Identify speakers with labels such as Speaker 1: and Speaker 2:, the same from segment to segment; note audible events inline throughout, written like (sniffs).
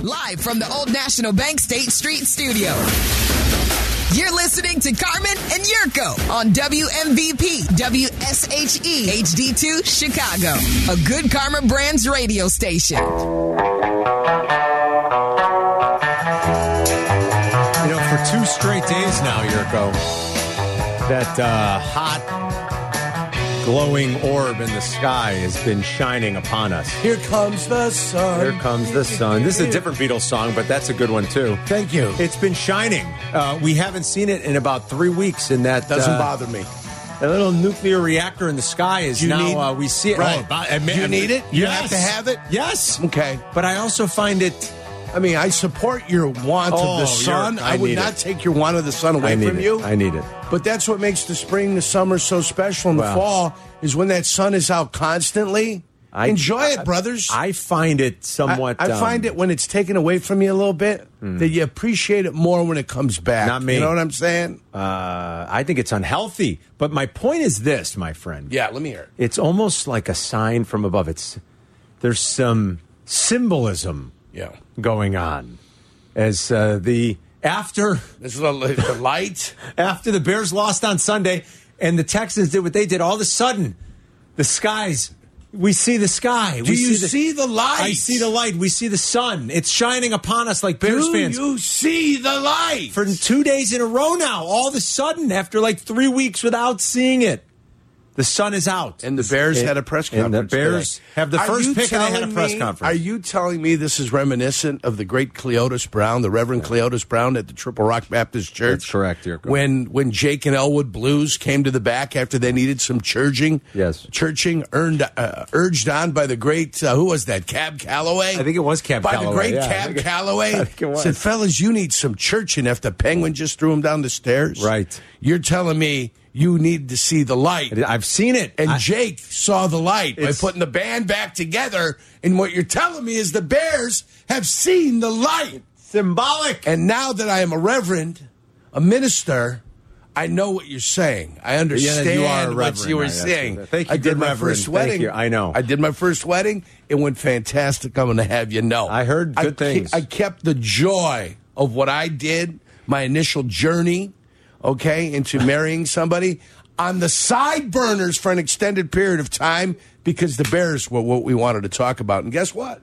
Speaker 1: live from the Old National Bank State Street Studio. You're listening to Carmen and Yurko on WMVP WSHE HD2 Chicago, a good Karma Brands radio station.
Speaker 2: You know, for two straight days now, Yurko, that uh, hot, glowing orb in the sky has been shining upon us.
Speaker 3: Here comes the sun.
Speaker 2: Here comes the sun. This is a different Beatles song, but that's a good one too.
Speaker 3: Thank you.
Speaker 2: It's been shining. Uh, we haven't seen it in about three weeks. In that
Speaker 3: Doesn't
Speaker 2: uh,
Speaker 3: bother me.
Speaker 2: That little nuclear reactor in the sky is
Speaker 3: You
Speaker 2: now.
Speaker 3: need-
Speaker 2: uh, we see it.
Speaker 3: right.
Speaker 2: Oh, about- I mean-
Speaker 3: You
Speaker 2: I mean-
Speaker 3: need it? You
Speaker 2: Yes.
Speaker 3: have to have it?
Speaker 2: Yes.
Speaker 3: Okay.
Speaker 2: But I also find it.
Speaker 3: I mean, I support your want
Speaker 2: Oh,
Speaker 3: of the
Speaker 2: you're-
Speaker 3: sun.
Speaker 2: I
Speaker 3: I, would
Speaker 2: need
Speaker 3: not
Speaker 2: it.
Speaker 3: take your want of the sun away
Speaker 2: I need
Speaker 3: from
Speaker 2: it.
Speaker 3: you.
Speaker 2: I need it.
Speaker 3: But that's what makes the spring, the summer so special, and
Speaker 2: Wow.
Speaker 3: the fall is when that sun is out constantly.
Speaker 2: I-
Speaker 3: Enjoy it, brothers.
Speaker 2: I find it somewhat.
Speaker 3: I, I find
Speaker 2: um, Hmm.
Speaker 3: it when it's taken away from you a little bit that you appreciate it more when it comes back.
Speaker 2: Not me.
Speaker 3: You know what I'm saying?
Speaker 2: Uh, I think it's unhealthy. But my point is this, my friend.
Speaker 3: yeah, let me hear it.
Speaker 2: It's almost like a sign from above. It's there's some symbolism
Speaker 3: Yeah.
Speaker 2: going on as uh, the after
Speaker 3: This is the, the light.
Speaker 2: after the Bears lost on Sunday and the Texans did what they did. All of a sudden, the skies. We see the sky.
Speaker 3: (laughs) Do you see the light?
Speaker 2: I see the light. We see the sun. It's shining upon us like Bears
Speaker 3: Do
Speaker 2: fans.
Speaker 3: you see the light?
Speaker 2: for two days in a row now. All of a sudden, after like three weeks without seeing it, the sun is out.
Speaker 3: And the Bears
Speaker 2: And-
Speaker 3: had a press
Speaker 2: and
Speaker 3: conference.
Speaker 2: the Bears
Speaker 3: today.
Speaker 2: have the
Speaker 3: Are
Speaker 2: first
Speaker 3: you
Speaker 2: pick and they had a
Speaker 3: telling
Speaker 2: press
Speaker 3: me-
Speaker 2: conference.
Speaker 3: Are you telling me this is reminiscent of the great Cleotis Brown, the Reverend Cleotis Brown at the Triple Rock Baptist Church?
Speaker 2: That's correct, Yurko.
Speaker 3: When when Jake and Elwood Blues came to the back after they needed some churching,
Speaker 2: Yes.
Speaker 3: churching earned uh, urged on by the great uh, who was that? Cab Calloway.
Speaker 2: I think it was Cab
Speaker 3: by
Speaker 2: Calloway,
Speaker 3: the great
Speaker 2: yeah, I
Speaker 3: Cab
Speaker 2: think it-
Speaker 3: Calloway.
Speaker 2: (laughs) I think it was.
Speaker 3: Said, "Fellas, you need some churching after Penguin just threw him down the stairs."
Speaker 2: Right.
Speaker 3: You're telling me you need to see the light.
Speaker 2: I've seen it.
Speaker 3: And
Speaker 2: I-
Speaker 3: Jake saw the light by
Speaker 2: It's-
Speaker 3: putting the band back together. And what you're telling me is the Bears have seen the light.
Speaker 2: symbolic.
Speaker 3: And now that I am a reverend, a minister, I know what you're saying. I understand
Speaker 2: you are a
Speaker 3: what
Speaker 2: reverend.
Speaker 3: you
Speaker 2: I-
Speaker 3: were
Speaker 2: that's-
Speaker 3: saying.
Speaker 2: thank you,
Speaker 3: I did
Speaker 2: good
Speaker 3: my
Speaker 2: reverend.
Speaker 3: first
Speaker 2: Thank
Speaker 3: wedding.
Speaker 2: you. I know.
Speaker 3: I did my first wedding. It went fantastic. I'm going to have you know.
Speaker 2: I heard good
Speaker 3: I ke-
Speaker 2: things.
Speaker 3: I kept the joy of what I did, my initial journey, okay,
Speaker 2: (laughs)
Speaker 3: into marrying somebody on the side burners for an extended period of time because the Bears were what we wanted to talk about. And guess what?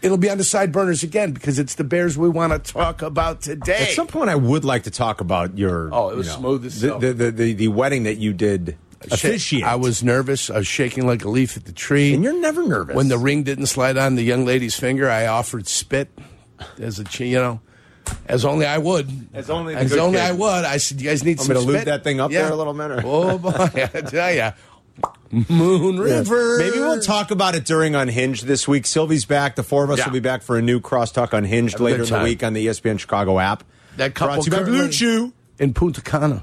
Speaker 3: It'll be on the side burners again because it's the Bears we want to talk about today.
Speaker 2: At some point, I would like to talk about your.
Speaker 3: Oh, it was smooth as
Speaker 2: the,
Speaker 3: silk.
Speaker 2: the, the, the the wedding that you did
Speaker 3: Shit,
Speaker 2: officiate.
Speaker 3: I was nervous. I was shaking like a leaf at the tree.
Speaker 2: and you're never nervous
Speaker 3: when the ring didn't slide on the young lady's finger, I offered spit as a ch- you know, as only I would.
Speaker 2: As only the
Speaker 3: as
Speaker 2: good
Speaker 3: only
Speaker 2: kid.
Speaker 3: I would. I said, you guys need
Speaker 2: I'm
Speaker 3: some
Speaker 2: gonna lube
Speaker 3: spit?"
Speaker 2: that thing up
Speaker 3: Yeah.
Speaker 2: there a little, man, or-
Speaker 3: Oh boy, (laughs) I tell ya, Moon River.
Speaker 2: Maybe we'll talk about it during Unhinged this week. Sylvie's back. The four of us
Speaker 3: Yeah.
Speaker 2: will be back for a new Crosstalk Unhinged
Speaker 3: Have a
Speaker 2: later
Speaker 3: good
Speaker 2: in the
Speaker 3: time.
Speaker 2: week on the E ESPN Chicago app.
Speaker 3: That
Speaker 2: Brought
Speaker 3: couple
Speaker 2: to you by
Speaker 3: currently-
Speaker 2: Blue Chew.
Speaker 3: in Punta Cana.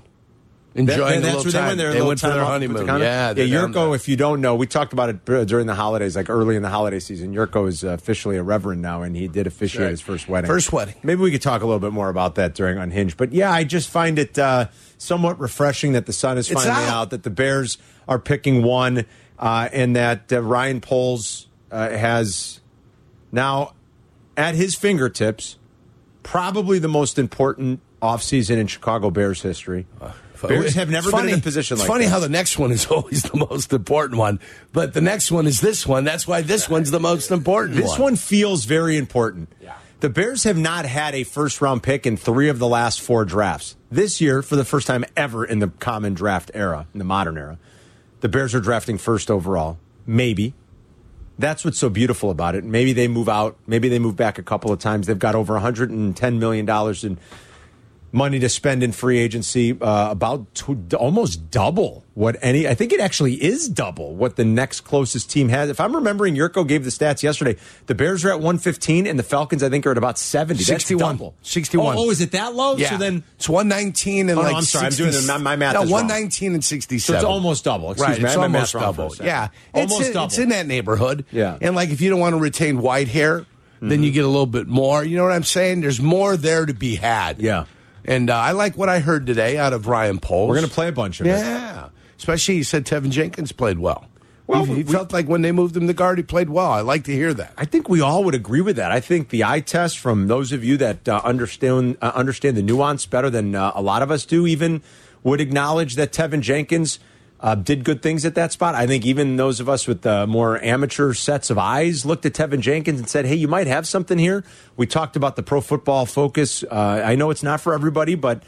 Speaker 2: That-
Speaker 3: Enjoying
Speaker 2: and
Speaker 3: a
Speaker 2: that's
Speaker 3: little
Speaker 2: where they
Speaker 3: time.
Speaker 2: went there.
Speaker 3: They went for their honeymoon. Yeah, they're
Speaker 2: yeah.
Speaker 3: down there.
Speaker 2: Yurko, if you don't know, we talked about it uh, during the holidays, like early in the holiday season. Yurko is uh, officially a reverend now, and he did officiate
Speaker 3: Right.
Speaker 2: his first wedding.
Speaker 3: First wedding.
Speaker 2: Maybe we could talk a little bit more about that during Unhinged. But yeah, I just find it uh, somewhat refreshing that the sun is
Speaker 3: It's
Speaker 2: finally out.
Speaker 3: out.
Speaker 2: that the Bears are picking one, uh, and that uh, Ryan Poles uh, has now at his fingertips probably the most important offseason in Chicago Bears history. Bears have never
Speaker 3: Uh, It's
Speaker 2: been in a position
Speaker 3: it's
Speaker 2: like
Speaker 3: funny
Speaker 2: that.
Speaker 3: how the next one is (laughs) always the most important one, but the next one is this one. That's why this one's the most important.
Speaker 2: this one feels very important. The Bears have not had a first round pick in three of the last four drafts. This year, for the first time ever in the common draft era, in the modern era, the Bears are drafting first overall. Maybe. That's what's so beautiful about it. Maybe they move out. Maybe they move back a couple of times. They've got over $110 million in money to spend in free agency, uh, about to, almost double what any. I think it actually is double what the next closest team has. If I'm remembering, Yurko gave the stats yesterday. The Bears are at 115, and the Falcons, I think, are at about 70.
Speaker 3: 61.
Speaker 2: That's double.
Speaker 3: 61.
Speaker 2: Oh, oh, is it that low?
Speaker 3: Yeah.
Speaker 2: So then.
Speaker 3: it's 119 and
Speaker 2: Oh, no,
Speaker 3: like
Speaker 2: I'm sorry. I'm
Speaker 3: 60
Speaker 2: doing the- my- my math
Speaker 3: No,
Speaker 2: is wrong.
Speaker 3: 119 and 67.
Speaker 2: So it's almost double. Excuse
Speaker 3: right,
Speaker 2: me. I
Speaker 3: It's
Speaker 2: had my math
Speaker 3: almost
Speaker 2: wrong for a
Speaker 3: double.
Speaker 2: second.
Speaker 3: Yeah.
Speaker 2: Almost
Speaker 3: it's in,
Speaker 2: double.
Speaker 3: It's in that neighborhood.
Speaker 2: Yeah. Mm-hmm.
Speaker 3: And like if you don't want to retain white hair, then you get a little bit more. You know what I'm saying? There's more there to be had.
Speaker 2: Yeah.
Speaker 3: And uh, I like what I heard today out of Ryan Poles.
Speaker 2: We're going to play a bunch of it.
Speaker 3: Yeah. Especially he said Tevin Jenkins played well. Well,
Speaker 2: Well,
Speaker 3: he, he
Speaker 2: we-
Speaker 3: felt like when they moved him to guard, he played well. I like to hear that.
Speaker 2: I think we all would agree with that. I think the eye test from those of you that uh, understand uh, understand the nuance better than uh, a lot of us do, even would acknowledge that Tevin Jenkins uh, did good things at that spot. I think even those of us with uh, more amateur sets of eyes looked at Tevin Jenkins and said, "Hey, you might have something here." We talked about the Pro Football Focus. Uh, I know it's not for everybody, but.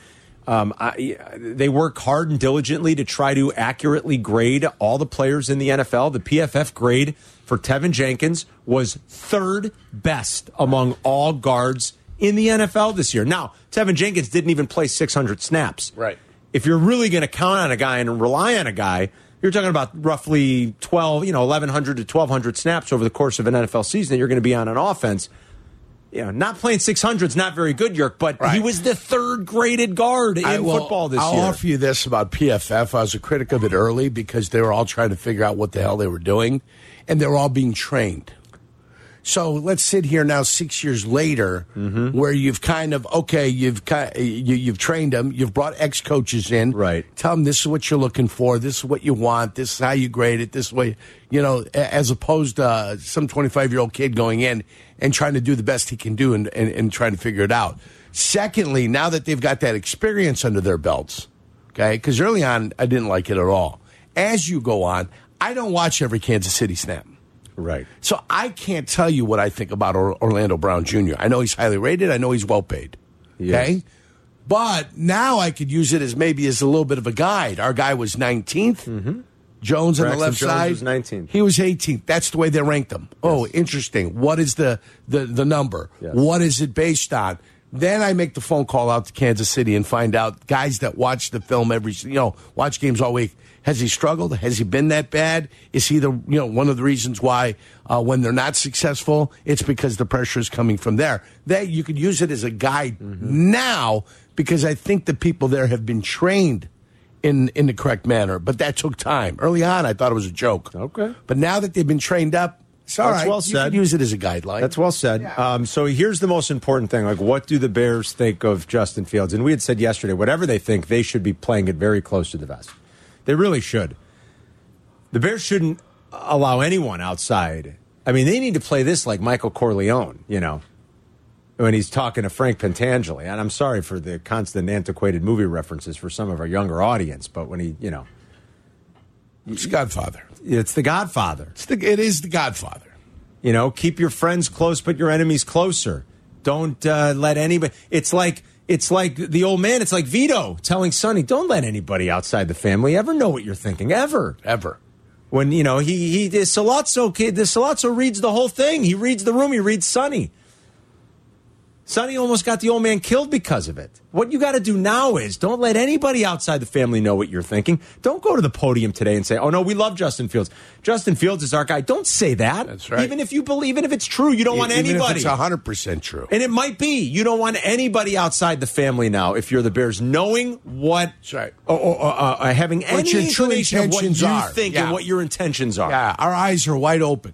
Speaker 2: Um, I, they work hard and diligently to try to accurately grade all the players in the NFL. The PFF grade for Tevin Jenkins was third best among all guards in the NFL this year. Now, Tevin Jenkins didn't even play 600 snaps.
Speaker 3: Right.
Speaker 2: If you're really going to count on a guy and rely on a guy, you're talking about roughly 12, you know, 1100 to 1200 snaps over the course of an NFL season that you're going to be on an offense. You know, not playing 600 is not very good, Yerk, but he
Speaker 3: Right.
Speaker 2: was the third graded guard in
Speaker 3: I will-
Speaker 2: football this
Speaker 3: I'll
Speaker 2: year.
Speaker 3: offer you this about PFF. I was a critic of it early because they were all trying to figure out what the hell they were doing, and they were all being trained. So let's sit here now, six years later, where you've kind of okay, you've ki- you, you've trained them, you've brought ex coaches in,
Speaker 2: Right.
Speaker 3: Tell them this is what you're looking for, this is what you want, this is how you grade it, this way, you know, a- as opposed to uh, some 25 year old kid going in and trying to do the best he can do and, and, and trying to figure it out. Secondly, now that they've got that experience under their belts, okay, because early on I didn't like it at all. As you go on, I don't watch every Kansas City snap.
Speaker 2: Right.
Speaker 3: So I can't tell you what I think about or- Orlando Brown Jr. I know he's highly rated. I know he's well paid.
Speaker 2: Yes.
Speaker 3: Okay. But now I could use it as maybe as a little bit of a guide. Our guy was 19th. Jones on the
Speaker 2: Mm-hmm. Braxton
Speaker 3: left
Speaker 2: Jones
Speaker 3: side
Speaker 2: was 19th.
Speaker 3: He was 18th. That's the way they ranked him. Oh, interesting. What is the the the number?
Speaker 2: Yes.
Speaker 3: What is it based on? Then I make the phone call out to Kansas City and find out guys that watch the film every you know watch games all week. Has he struggled? Has he been that bad? Is he the you know one of the reasons why uh, when they're not successful, it's because the pressure is coming from there. That you could use it as a guide
Speaker 2: Mm-hmm.
Speaker 3: now because I think the people there have been trained in in the correct manner. But that took time. Early on, I thought it was a joke.
Speaker 2: Okay.
Speaker 3: But now that they've been trained up, it's all
Speaker 2: That's
Speaker 3: right.
Speaker 2: well
Speaker 3: you
Speaker 2: said.
Speaker 3: can use it as a guideline.
Speaker 2: That's well said. Um, so here's the most important thing: like, what do the Bears think of Justin Fields? And we had said yesterday, whatever they think, they should be playing it very close to the vest. They really should. The Bears shouldn't allow anyone outside. I mean, they need to play this like Michael Corleone, you know, when he's talking to Frank Pentangeli. And I'm sorry for the constant antiquated movie references for some of our younger audience, but when he, you know,
Speaker 3: It's Godfather.
Speaker 2: it's The Godfather.
Speaker 3: It's the, it is the Godfather.
Speaker 2: You know, keep your friends close, but your enemies closer. Don't uh, let anybody. It's like it's like the old man. It's like Vito telling Sonny, "Don't let anybody outside the family ever know what you're thinking ever."
Speaker 3: Ever.
Speaker 2: When you know he he the Salazzo kid, the Salazzo reads the whole thing. He reads the room. He reads Sonny. Sonny almost got the old man killed because of it. What you got to do now is don't let anybody outside the family know what you're thinking. Don't go to the podium today and say, "Oh no, we love Justin Fields. Justin Fields is our guy." Don't say that.
Speaker 3: That's right. E-,
Speaker 2: Even if you believe, even if it's true, you don't want
Speaker 3: Even if
Speaker 2: anybody.
Speaker 3: it's hundred percent true.
Speaker 2: and it might be you don't want anybody outside the family now. If you're the Bears, knowing what,
Speaker 3: That's right.
Speaker 2: or, or, or, uh, having any
Speaker 3: your true
Speaker 2: inclination of what
Speaker 3: intentions
Speaker 2: you
Speaker 3: are.
Speaker 2: think
Speaker 3: Yeah.
Speaker 2: and what your intentions are.
Speaker 3: yeah, our eyes are wide open.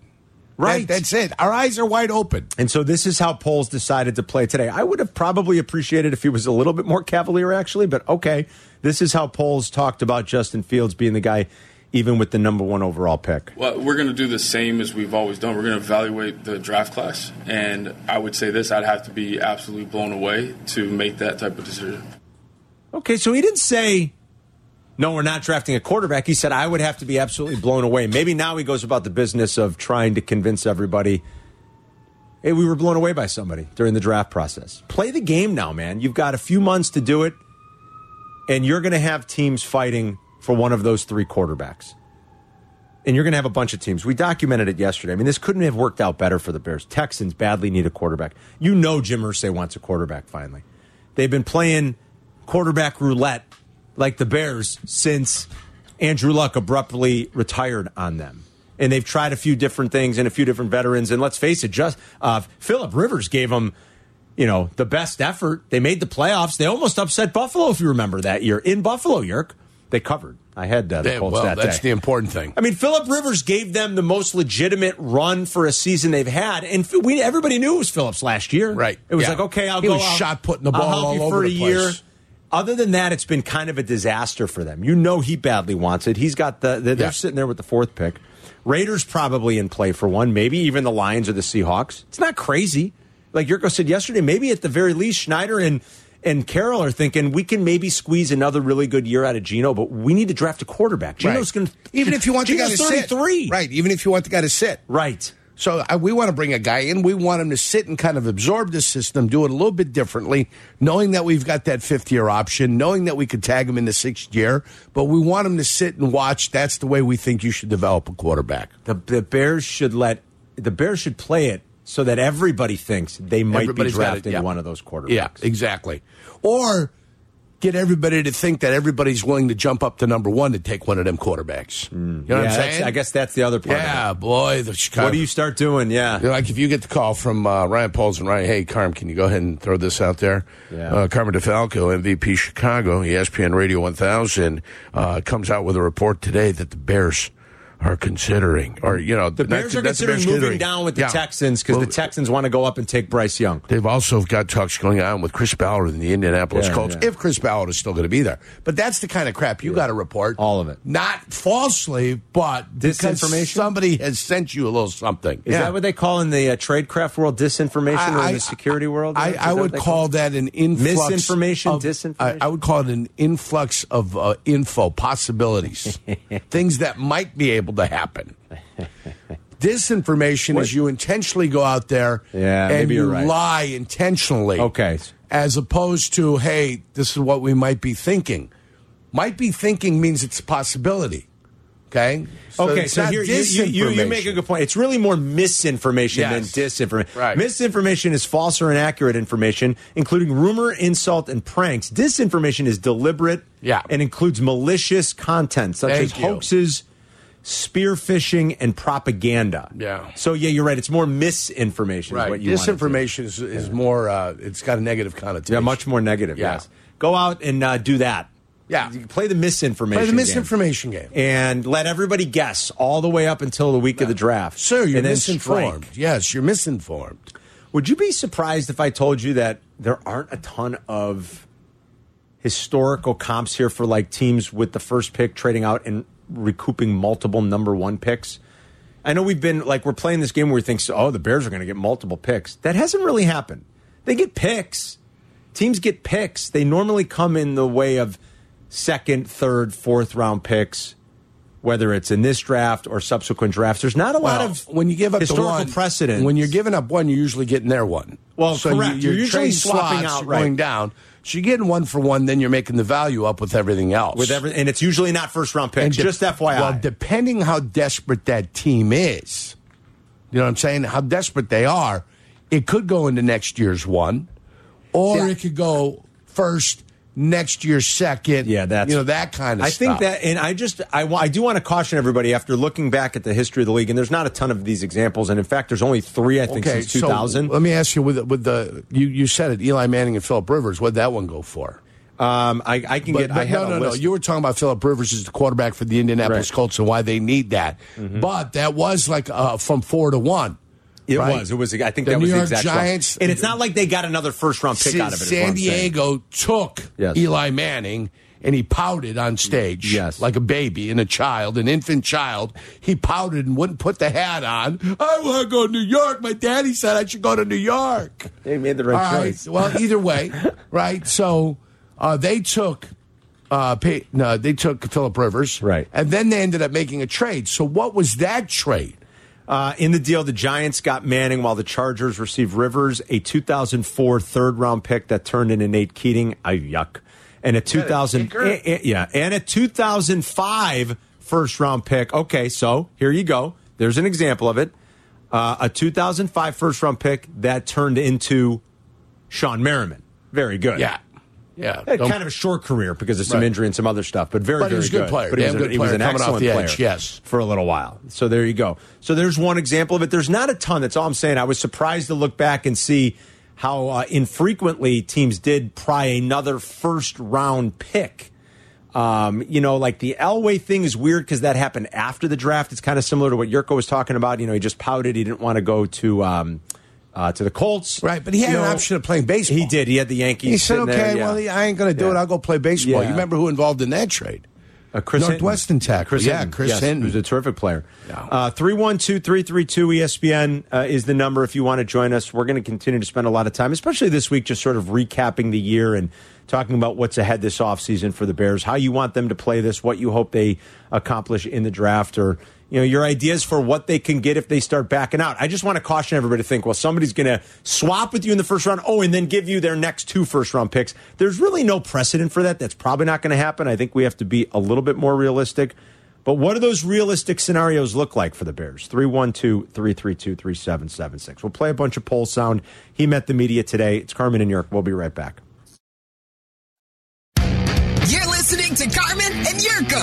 Speaker 2: Right.
Speaker 3: That- that's it. Our eyes are wide open.
Speaker 2: And so this is how polls decided to play today. I would have probably appreciated if he was a little bit more cavalier, actually, but okay. This is how polls talked about Justin Fields being the guy, even with the number one overall pick.
Speaker 4: Well, we're going to do the same as we've always done. We're going to evaluate the draft class. And I would say this I'd have to be absolutely blown away to make that type of decision.
Speaker 2: Okay, so he didn't say, no, we're not drafting a quarterback. He said, I would have to be absolutely blown away. Maybe now he goes about the business of trying to convince everybody, hey, we were blown away by somebody during the draft process. Play the game now, man. You've got a few months to do it, and you're going to have teams fighting for one of those three quarterbacks. And you're going to have a bunch of teams. We documented it yesterday. I mean, this couldn't have worked out better for the Bears. Texans badly need a quarterback. You know, Jim Irsay wants a quarterback finally. They've been playing quarterback roulette like the Bears since Andrew Luck abruptly retired on them. And they've tried a few different things and a few different veterans. And let's face it, just uh, Philip Rivers gave them, you know, the best effort. They made the playoffs. They almost upset Buffalo, if you remember that year in Buffalo, Yerk. They covered. I had uh, the
Speaker 3: Yeah,
Speaker 2: Colts
Speaker 3: well,
Speaker 2: that
Speaker 3: that's
Speaker 2: day.
Speaker 3: the important thing.
Speaker 2: I mean, Philip Rivers gave them the most legitimate run for a season they've had, and we everybody knew it was Phillips last year.
Speaker 3: Right.
Speaker 2: It was
Speaker 3: Yeah.
Speaker 2: like, okay, I'll
Speaker 3: He
Speaker 2: go.
Speaker 3: was
Speaker 2: I'll-
Speaker 3: shot putting the
Speaker 2: I'll
Speaker 3: ball
Speaker 2: help
Speaker 3: all
Speaker 2: you
Speaker 3: over
Speaker 2: for a
Speaker 3: the
Speaker 2: year.
Speaker 3: place.
Speaker 2: Other than that, it's been kind of a disaster for them. You know, he badly wants it. He's got the, the they're
Speaker 3: Yeah.
Speaker 2: sitting there with the fourth pick. Raiders probably in play for one, maybe even the Lions or the Seahawks. It's not crazy. Like Yurko said yesterday, maybe at the very least, Schneider and and Carroll are thinking we can maybe squeeze another really good year out of Geno, but we need to draft a quarterback. Geno's going to
Speaker 3: even if you want
Speaker 2: Geno's
Speaker 3: the guy to sit,
Speaker 2: 33.
Speaker 3: right? Even if you want the guy to sit,
Speaker 2: right.
Speaker 3: So uh, we want to bring a guy in. We want him to sit and kind of absorb the system, do it a little bit differently, knowing that we've got that fifth year option, knowing that we could tag him in the sixth year. But we want him to sit and watch. That's the way we think you should develop a quarterback.
Speaker 2: The, the Bears should let the Bears should play it so that everybody thinks they might
Speaker 3: Everybody's
Speaker 2: be
Speaker 3: got it,
Speaker 2: drafting
Speaker 3: yeah.
Speaker 2: one of those quarterbacks.
Speaker 3: Yeah, exactly. Or get everybody to think that everybody's willing to jump up to number one to take one of them quarterbacks. You know
Speaker 2: Mm. Yeah,
Speaker 3: what I'm
Speaker 2: that's-
Speaker 3: saying?
Speaker 2: I guess that's the other part. of it.
Speaker 3: Yeah, boy, the Chicago.
Speaker 2: What do you start doing? Yeah.
Speaker 3: They're like if you get the call from uh, Ryan Pauls and Ryan, hey, Carm, can you go ahead and throw this out there?
Speaker 2: Yeah.
Speaker 3: Uh, Carmen DeFalco, MVP Chicago, E ESPN Radio 1000, uh, comes out with a report today that the Bears are considering, or you know,
Speaker 2: The Bears are considering moving down with the Texans because the Texans want to go up and take Bryce Young.
Speaker 3: They've also got talks going on with Chris Ballard and the Indianapolis
Speaker 2: Yeah,
Speaker 3: Colts,
Speaker 2: yeah.
Speaker 3: if Chris Ballard is still going to be there. But that's the kind of crap you got to report.
Speaker 2: All of it.
Speaker 3: Not falsely, but because
Speaker 2: Disinformation?
Speaker 3: Somebody has sent you a little something.
Speaker 2: Is that what they call in the uh, tradecraft world disinformation or
Speaker 3: I-
Speaker 2: in the security world?
Speaker 3: I,
Speaker 2: Is
Speaker 3: I
Speaker 2: that
Speaker 3: would
Speaker 2: what they
Speaker 3: call
Speaker 2: it?
Speaker 3: that an influx
Speaker 2: Misinformation,
Speaker 3: of-
Speaker 2: disinformation?
Speaker 3: I, I would call it an influx of uh, info
Speaker 2: (laughs)
Speaker 3: possibilities, things that might be able to happen. Disinformation is you intentionally go out there
Speaker 2: Yeah,
Speaker 3: and
Speaker 2: maybe
Speaker 3: you
Speaker 2: you're right.
Speaker 3: lie intentionally.
Speaker 2: Okay.
Speaker 3: As opposed to, hey, this is what we might be thinking. Might be thinking means it's a possibility. Okay.
Speaker 2: okay,
Speaker 3: it's
Speaker 2: so
Speaker 3: not
Speaker 2: here you, you, you, you make a
Speaker 3: disinformation.
Speaker 2: good point. It's really more misinformation
Speaker 3: Yes.
Speaker 2: than disinformation.
Speaker 3: Right.
Speaker 2: Misinformation is false or inaccurate information, including rumor, insult, and pranks. Disinformation is deliberate
Speaker 3: Yeah.
Speaker 2: and includes malicious content such
Speaker 3: Thank
Speaker 2: as
Speaker 3: you.
Speaker 2: hoaxes, spear phishing, and propaganda.
Speaker 3: Yeah.
Speaker 2: So, yeah, you're right. It's more misinformation. Is
Speaker 3: Right.
Speaker 2: what you wanna do.
Speaker 3: Disinformation is, is more, uh, it's got a negative connotation.
Speaker 2: Yeah, much more negative.
Speaker 3: Yeah.
Speaker 2: Yes. Go out and uh, do that.
Speaker 3: Yeah.
Speaker 2: You Play the misinformation.
Speaker 3: Play the
Speaker 2: game.
Speaker 3: misinformation game.
Speaker 2: And let everybody guess all the way up until the week of the draft.
Speaker 3: Sir, you're
Speaker 2: And then
Speaker 3: misinformed.
Speaker 2: strike.
Speaker 3: Yes, you're misinformed.
Speaker 2: Would you be surprised if I told you that there aren't a ton of historical comps here for like teams with the first pick trading out and recouping multiple number one picks? I know we've been like we're playing this game where we think, oh, the Bears are going to get multiple picks. That hasn't really happened. They get picks. Teams get picks. They normally come in the way of second, third, fourth round picks, whether it's in this draft or subsequent drafts. There's not a lot
Speaker 3: Well,
Speaker 2: of
Speaker 3: when you give up the
Speaker 2: historical
Speaker 3: one,
Speaker 2: precedent
Speaker 3: When you're giving up one, you're usually getting their one.
Speaker 2: Well,
Speaker 3: so
Speaker 2: correct.
Speaker 3: You,
Speaker 2: You're usually
Speaker 3: trading
Speaker 2: swapping
Speaker 3: slots,
Speaker 2: out,
Speaker 3: you're going
Speaker 2: right.
Speaker 3: down. So you're getting one for one, then you're making the value up with everything else.
Speaker 2: with every, and it's usually not first round picks.
Speaker 3: And de-
Speaker 2: just FYI,
Speaker 3: Well, depending how desperate that team is, you know what I'm saying? How desperate they are, it could go into next year's one, or
Speaker 2: Yeah.
Speaker 3: it could go first next year's second.
Speaker 2: yeah, that's
Speaker 3: you know that kind of.
Speaker 2: I
Speaker 3: stuff.
Speaker 2: think that, and I just I, wa- I do want to caution everybody after looking back at the history of the league, and there's not a ton of these examples, and in fact, there's only three I think
Speaker 3: Okay,
Speaker 2: since 2000.
Speaker 3: So let me ask you with with the you you said it Eli Manning and Philip Rivers. What would that one go for?
Speaker 2: um, I, I can get. I have
Speaker 3: no, no,
Speaker 2: a
Speaker 3: no.
Speaker 2: list.
Speaker 3: You were talking about Philip Rivers as the quarterback for the Indianapolis
Speaker 2: Right. Mm-hmm.
Speaker 3: Colts and why they need that. But that was like uh, from four to one.
Speaker 2: it
Speaker 3: right?
Speaker 2: was. It was. I think
Speaker 3: The
Speaker 2: that
Speaker 3: New
Speaker 2: was the
Speaker 3: York
Speaker 2: exact roster.
Speaker 3: Giants-
Speaker 2: and it's not like they got another first round pick
Speaker 3: Sa-
Speaker 2: out of it. is what
Speaker 3: San
Speaker 2: I'm saying.
Speaker 3: Diego took
Speaker 2: Yes.
Speaker 3: Eli Manning and he pouted on stage
Speaker 2: Yes.
Speaker 3: like a baby and a child, an infant child. He pouted and wouldn't put the hat on. I want to go to New York. My daddy said I should go to New York.
Speaker 2: They made the right
Speaker 3: All
Speaker 2: choice.
Speaker 3: Well, either (laughs) way, right? So uh, they took. Uh, pay, no, they took Philip Rivers,
Speaker 2: Right.
Speaker 3: and then they ended up making a trade. So, what was that trade?
Speaker 2: Uh, in the deal, the Giants got Manning while the Chargers received Rivers, a 2004 third round pick that turned into Nate Keating. I yuck. And a 2000,
Speaker 3: kicker.
Speaker 2: eh, eh, yeah, and a 2005 first round pick. Okay, so here you go. There's an example of it. Uh, a 2005 first round pick that turned into Sean Merriman. Very good.
Speaker 3: Yeah, yeah,
Speaker 2: Had
Speaker 3: Don't-
Speaker 2: kind of a short career because of some
Speaker 3: Right.
Speaker 2: injury and some other stuff, but very,
Speaker 3: But he
Speaker 2: very
Speaker 3: was a good player.
Speaker 2: But he was,
Speaker 3: Damn
Speaker 2: a,
Speaker 3: good
Speaker 2: he was
Speaker 3: player
Speaker 2: an
Speaker 3: coming off
Speaker 2: excellent
Speaker 3: the
Speaker 2: player.
Speaker 3: edge, yes.
Speaker 2: for a little while. So there you go. So there's one example of it. There's not a ton. That's all I'm saying. I was surprised to look back and see how uh, infrequently teams did pry another first round pick. Um, you know, like the Elway thing is weird because that happened after the draft. It's kind of similar to what Yurko was talking about. You know, he just pouted. He didn't want to go to um, uh, to the Colts.
Speaker 3: Right, but he had
Speaker 2: You
Speaker 3: an
Speaker 2: know,
Speaker 3: option of playing baseball.
Speaker 2: He did. He had the Yankees.
Speaker 3: He said,
Speaker 2: sitting
Speaker 3: "Okay,
Speaker 2: there, yeah.
Speaker 3: well, I ain't going to do
Speaker 2: Yeah.
Speaker 3: it. I'll go play baseball."
Speaker 2: Yeah.
Speaker 3: You remember who involved in that trade?
Speaker 2: Uh, Chris Hinton.
Speaker 3: Northwestern Tech.
Speaker 2: Chris
Speaker 3: Yeah,
Speaker 2: Hinton,
Speaker 3: Chris
Speaker 2: yes,
Speaker 3: Hinton.
Speaker 2: who's a terrific player.
Speaker 3: Yeah.
Speaker 2: Uh, 312-332-ESPN uh, is the number if you want to join us. We're going to continue to spend a lot of time, especially this week, just sort of recapping the year and talking about what's ahead this offseason for the Bears, how you want them to play this, what you hope they accomplish in the draft, or you know your ideas for what they can get if they start backing out. I just want to caution everybody to think, well, somebody's going to swap with you in the first round, oh, and then give you their next two first round picks. There's really no precedent for that. That's probably not going to happen. I think we have to be a little bit more realistic. But what do those realistic scenarios look like for the Bears? 312 332 3776. We'll play a bunch of poll sound. He met the media today. It's Carmen and York. We'll be right back.
Speaker 1: You're listening to Carmen and Yurko.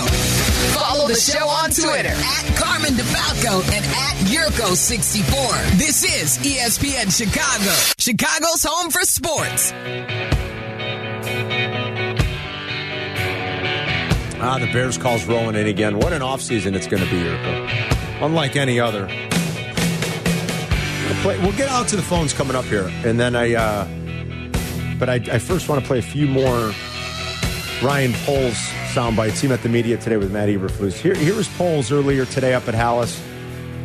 Speaker 1: Follow the show on Twitter at Carmen DeFalco and at Yurko64. This is E ESPN Chicago, Chicago's home for sports.
Speaker 2: Ah, the Bears calls rolling in again. What an offseason it's going to be, Yurko. Unlike any other. We'll, play- we'll get out to the phones coming up here. And then I, uh, but I, I first want to play a few more Ryan Poles sound bites. He met the media today with Matt Eberflus. Here, here was Poles earlier today up at Hallis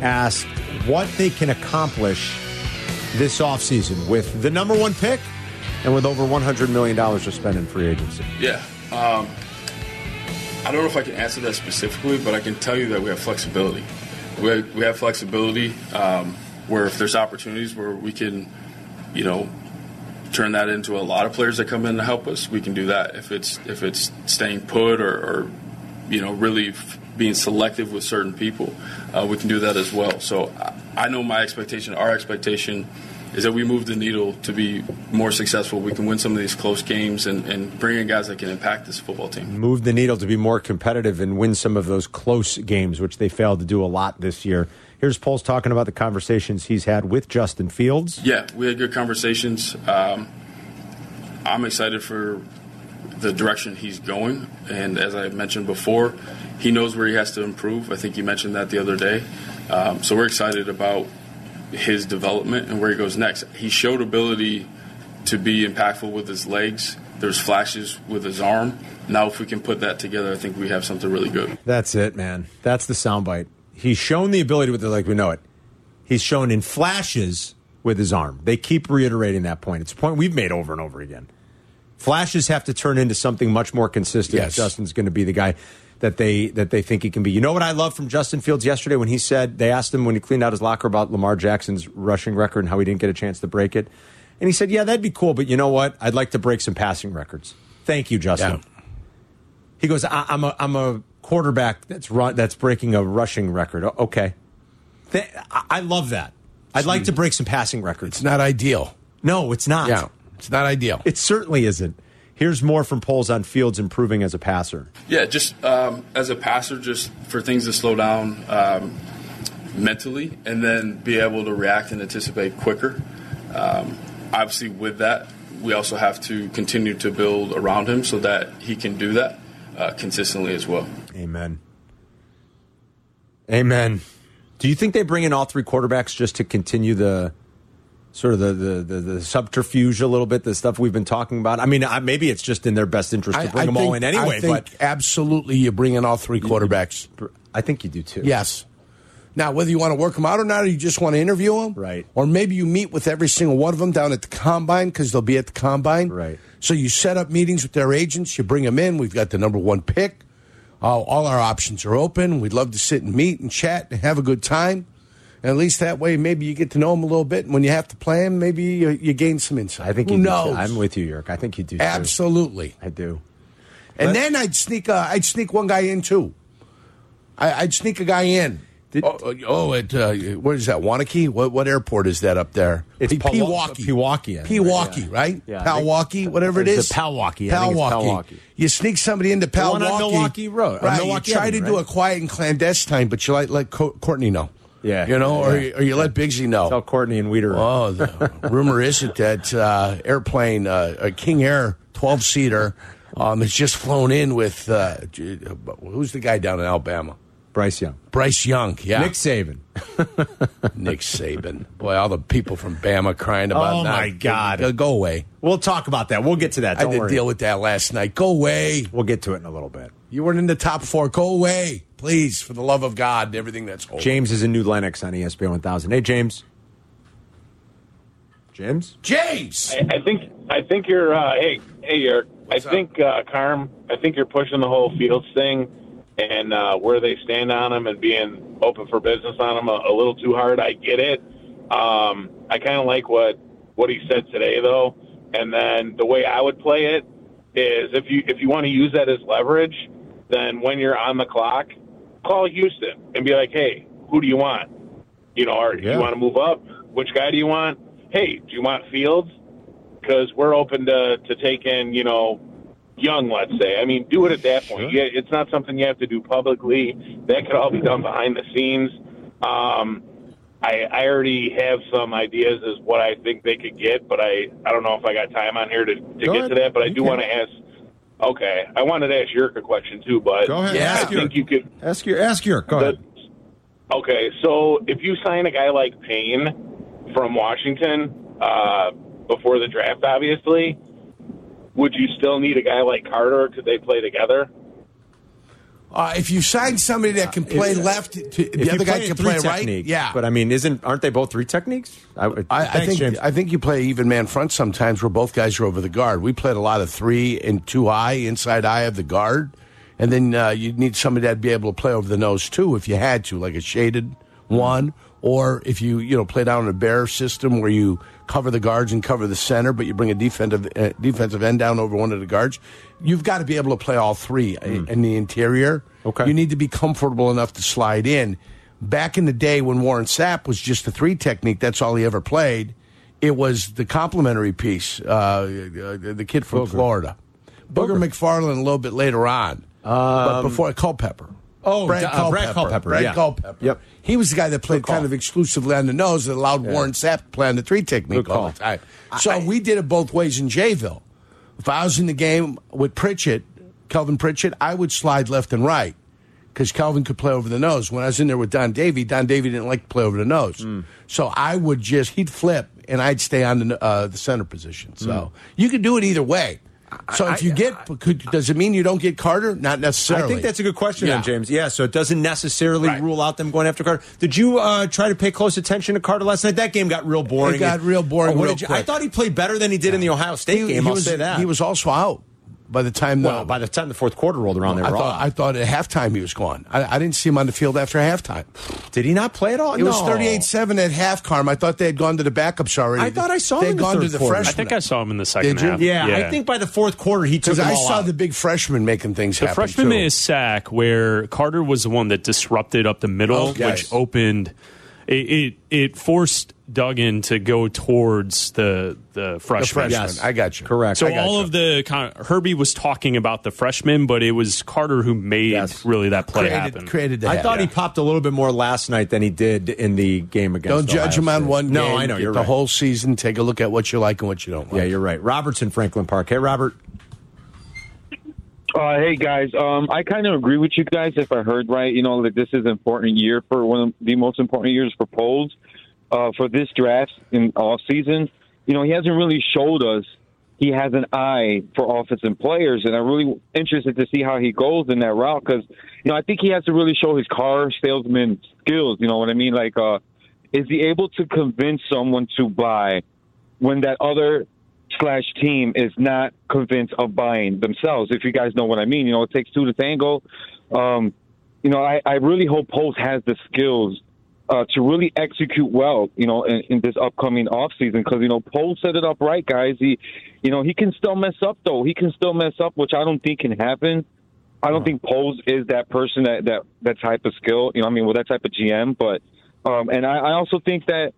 Speaker 2: asked what they can accomplish this offseason with the number one pick and with over $100 million to spend in free agency.
Speaker 4: Yeah. Um, I don't know if I can answer that specifically, but I can tell you that we have flexibility. We, we have flexibility um, where if there's opportunities where we can, you know, turn that into a lot of players that come in to help us, we can do that. If it's if it's staying put or, or you know, really f- being selective with certain people, uh, we can do that as well. So I, I know my expectation, our expectation, is that we move the needle to be more successful. We can win some of these close games and, and bring in guys that can impact this football team.
Speaker 2: move the needle to be more competitive and win some of those close games, which they failed to do a lot this year. Here's Paul's talking about the conversations he's had with Justin Fields.
Speaker 4: Yeah, we had good conversations. Um, I'm excited for the direction he's going, and as I mentioned before, he knows where he has to improve. I think you mentioned that the other day. Um, so we're excited about his development and where he goes next. He showed ability to be impactful with his legs. There's flashes with his arm. Now, if we can put that together, I think we have something really good.
Speaker 2: That's it, man. That's the soundbite. He's shown the ability with the like we know it. He's shown in flashes with his arm. They keep reiterating that point. It's a point we've made over and over again. Flashes have to turn into something much more consistent.
Speaker 3: Yes.
Speaker 2: Justin's going to be the guy that they that they think he can be. You know what I love from Justin Fields yesterday when he said they asked him when he cleaned out his locker about Lamar Jackson's rushing record and how he didn't get a chance to break it. And he said, "Yeah, that'd be cool, but you know what? I'd like to break some passing records." Thank you, Justin.
Speaker 3: Yeah.
Speaker 2: He goes, I- "I'm a I'm a quarterback that's run that's breaking a rushing record." O- Okay, Th- I-, I love that. I'd like to break some passing records.
Speaker 3: It's not ideal.
Speaker 2: No, it's not.
Speaker 3: Yeah, it's not ideal.
Speaker 2: It certainly isn't. Here's more from polls on Fields improving as a passer.
Speaker 4: Yeah, just um, as a passer, just for things to slow down um, mentally and then be able to react and anticipate quicker. Um, obviously, with that, we also have to continue to build around him so that he can do that uh, consistently as well.
Speaker 2: Amen. Amen. Do you think they bring in all three quarterbacks just to continue the sort of the the, the, the subterfuge a little bit, the stuff we've been talking about? I mean, I, maybe it's just in their best interest to bring them all in anyway.
Speaker 3: I think absolutely you bring in all three quarterbacks.
Speaker 2: but I think you do too.
Speaker 3: Yes. Now, whether you want to work them out or not, or you just want to interview them,
Speaker 2: Right.
Speaker 3: Or maybe you meet with every single one of them down at the combine because they'll be at the combine,
Speaker 2: Right.
Speaker 3: So you set up meetings with their agents. You bring them in. We've got the number one pick. Uh, all our options are open. We'd love to sit and meet and chat and have a good time. And at least that way, maybe you get to know them a little bit. And when you have to play them, maybe you, you gain some insight.
Speaker 2: I think
Speaker 3: Who
Speaker 2: you do
Speaker 3: knows?
Speaker 2: too. I'm with you, Yerk. I think you do too.
Speaker 3: Absolutely.
Speaker 2: I do.
Speaker 3: And
Speaker 2: Let-
Speaker 3: then I'd sneak uh, I'd sneak one guy in too. I, I'd sneak a guy in.
Speaker 2: Did-
Speaker 3: oh, uh, oh, at uh, where is that? Wanakee? What what airport is that up there?
Speaker 2: It's
Speaker 3: Pe-
Speaker 2: Pawa-
Speaker 3: Pewaukee.
Speaker 2: Pewaukee, I think,
Speaker 3: Pewaukee,
Speaker 2: yeah.
Speaker 3: right?
Speaker 2: Yeah, I think-
Speaker 3: Palwaukee, whatever it
Speaker 2: It's
Speaker 3: is.
Speaker 2: the Palwaukee. I think it's Palwaukee.
Speaker 3: You sneak somebody into Palwaukee.
Speaker 2: one on Milwaukee Road, on
Speaker 3: Right.
Speaker 2: Milwaukee
Speaker 3: you try
Speaker 2: Avenue,
Speaker 3: to do
Speaker 2: right?
Speaker 3: a quiet and clandestine, but you like let Co- Courtney know.
Speaker 2: Yeah.
Speaker 3: You know, or,
Speaker 2: Yeah.
Speaker 3: you- or you let Bigsy know.
Speaker 2: Tell Courtney and Weeder.
Speaker 3: Oh, the rumor is it that uh, airplane, uh, a King Air 12 uh, seater, um, has just flown in with uh, j- who's the guy down in Alabama?
Speaker 2: Bryce Young,
Speaker 3: Bryce Young, yeah,
Speaker 2: Nick Saban.
Speaker 3: Nick Saban. Boy, all the people from Bama crying about.
Speaker 2: Oh,
Speaker 3: not-
Speaker 2: my God.
Speaker 3: Go, go away.
Speaker 2: We'll talk about that. We'll get to that.
Speaker 3: I
Speaker 2: Don't
Speaker 3: didn't
Speaker 2: worry.
Speaker 3: deal with that last night. Go away.
Speaker 2: we'll get to it in a little bit.
Speaker 3: You weren't in the top four. Go away, please, for the love of God. and Everything that's holy.
Speaker 2: James is in New Lenox on E ESPN 1000. Hey, James. James?
Speaker 3: James.
Speaker 5: I think I think you're uh, hey hey Eric.
Speaker 3: What's
Speaker 5: I
Speaker 3: up?
Speaker 5: think uh, Carm. I think you're pushing the whole Fields thing and uh, where they stand on him and being open for business on him a, a little too hard. I get it. Um, I kind of like what what he said today though, and then the way I would play it is if you if you want to use that as leverage, then when you're on the clock, call Houston and be like, hey, who do you want? You know, or do
Speaker 3: Yeah.
Speaker 5: you want to move up? Which guy do you want? Hey, do you want Fields? because we're open to to take in you know young let's say i mean do it at that point yeah it's not something you have to do publicly that could all be done behind the scenes um i i already have some ideas as what i think they could get but i i don't know if i got time on here to, to
Speaker 2: Go
Speaker 5: get
Speaker 2: ahead.
Speaker 5: to that but i
Speaker 2: You
Speaker 5: do
Speaker 2: can.
Speaker 5: want to ask okay i wanted to ask Yurk a question too but
Speaker 2: Go ahead.
Speaker 3: Yeah.
Speaker 5: i
Speaker 2: Ask your,
Speaker 5: think you could
Speaker 2: ask your, ask your, go ahead.
Speaker 5: but- okay, so if you sign a guy like Payne from Washington uh, before the draft, obviously, would you still need a guy like Carter? Could they play together?
Speaker 3: Uh, if you sign somebody that can play left, to,
Speaker 2: Uh, If
Speaker 3: the
Speaker 2: you
Speaker 3: other guy
Speaker 2: play
Speaker 3: can
Speaker 2: three
Speaker 3: play right.
Speaker 2: technique,
Speaker 3: Yeah,
Speaker 2: But I mean, isn't, aren't they both three techniques? I, would-
Speaker 3: I, I
Speaker 2: thanks,
Speaker 3: think
Speaker 2: James.
Speaker 3: I think you play even man front sometimes where both guys are over the guard. We played a lot of three and two high inside eye of the guard, and then uh, you need somebody that'd be able to play over the nose too if you had to, like a shaded one, or if you you know play down in a bear system where you cover the guards and cover the center, but you bring a defensive uh, defensive end down over one of the guards. You've got to be able to play all three uh, in the interior.
Speaker 2: Hmm. Okay.
Speaker 3: you need to be comfortable enough to slide in. Back in the day when Warren Sapp was just a three technique, that's all he ever played. It was the complementary piece, uh, uh, the kid from Florida, Booger, McFarland. A little bit later on, but before uh, Culpepper.
Speaker 2: Um, Oh, uh, Brad Culpepper,
Speaker 3: Brad
Speaker 2: yeah.
Speaker 3: Culpepper.
Speaker 2: Yep.
Speaker 3: he was the guy that played
Speaker 2: Good call.
Speaker 3: kind of exclusively on the nose that allowed Warren Sapp to play on the three technique
Speaker 2: Good
Speaker 3: all
Speaker 2: call.
Speaker 3: the time. So we did it both ways in Jayville. If I was in the game with Pritchett, Kelvin Pritchett, I would slide left and right because Calvin could play over the nose. When I was in there with Don Davy, Don Davy didn't like to play over the nose,
Speaker 2: Mm.
Speaker 3: so I would just he'd flip and I'd stay on the, uh, the center position. So
Speaker 2: Mm.
Speaker 3: you could do it either way. So if you get, could, does it mean you don't get Carter? Not necessarily.
Speaker 2: I think that's a good question,
Speaker 3: Yeah.
Speaker 2: then, James. Yeah, so it doesn't necessarily
Speaker 3: Right.
Speaker 2: rule out them going after Carter. Did you uh, try to pay close attention to Carter last night? That game got real boring.
Speaker 3: It got real boring
Speaker 2: Oh, what
Speaker 3: real
Speaker 2: did you- I
Speaker 3: quick.
Speaker 2: thought he played better than he did in the Ohio State
Speaker 3: He-
Speaker 2: game.
Speaker 3: he
Speaker 2: I'll
Speaker 3: was,
Speaker 2: say that.
Speaker 3: he was also out by the time.
Speaker 2: well.
Speaker 3: the,
Speaker 2: By the time the fourth quarter rolled around, they were
Speaker 3: I
Speaker 2: off.
Speaker 3: thought, I thought at halftime he was gone. I, I didn't see him on the field after halftime.
Speaker 2: Did he not play at all?
Speaker 3: It was 38 7 at half, Carm. I thought they had gone to the backups already.
Speaker 2: I thought I saw him
Speaker 3: They'd
Speaker 2: in the
Speaker 3: gone
Speaker 2: third
Speaker 3: to the
Speaker 2: quarter.
Speaker 3: freshmen.
Speaker 2: I
Speaker 6: I think I saw him in the second
Speaker 3: Did you?
Speaker 6: half.
Speaker 2: Yeah, I think by the fourth quarter he took.
Speaker 3: Because
Speaker 2: Them
Speaker 3: I
Speaker 2: all
Speaker 3: saw
Speaker 2: out.
Speaker 3: the big freshman making things
Speaker 6: the
Speaker 3: happen.
Speaker 6: freshman
Speaker 3: too.
Speaker 6: made a sack where Carter was the one that disrupted up the middle,
Speaker 3: Okay.
Speaker 6: which opened. It, it it forced Duggan to go towards the the
Speaker 3: the
Speaker 6: freshman.
Speaker 3: freshman. I got you.
Speaker 2: Correct.
Speaker 6: So
Speaker 2: I got
Speaker 6: all
Speaker 2: you.
Speaker 6: of the kind of- Herbie was talking about the freshman, but it was Carter who made
Speaker 2: Yes.
Speaker 6: really that play happen.
Speaker 3: Created, created the
Speaker 2: I
Speaker 3: hat.
Speaker 2: thought he popped a little bit more last night than he did in the game against.
Speaker 3: Don't judge
Speaker 2: Ohio
Speaker 3: him on
Speaker 2: State.
Speaker 3: one
Speaker 2: No,
Speaker 3: game.
Speaker 2: I know
Speaker 3: Get
Speaker 2: you're
Speaker 3: the
Speaker 2: right.
Speaker 3: whole season. Take a look at what you like and what you don't
Speaker 2: yeah,
Speaker 3: like.
Speaker 2: you're right. Robertson, Franklin Park. Hey, Robert.
Speaker 7: Uh, hey guys, um, I kind of agree with you guys. If I heard right, you know that this is an important year for one of the most important years for polls uh, for this draft in all season. You know, he hasn't really showed us he has an eye for offensive players, and I'm really interested to see how he goes in that route because you know I think he has to really show his car salesman skills. You know what I mean? Like, uh, is he able to convince someone to buy when that other slash team is not convinced of buying themselves. If you guys know what I mean, you know, it takes two to tango. Um, you know, I, I really hope Post has the skills uh, to really execute well, you know, in, in this upcoming offseason because, you know, Post set it up right, guys. He, you know, he can still mess up, though. He can still mess up, which I don't think can happen. I don't think Pose is that person that, that that type of skill. You know, I mean, with that type of GM. But um, and I, I also think that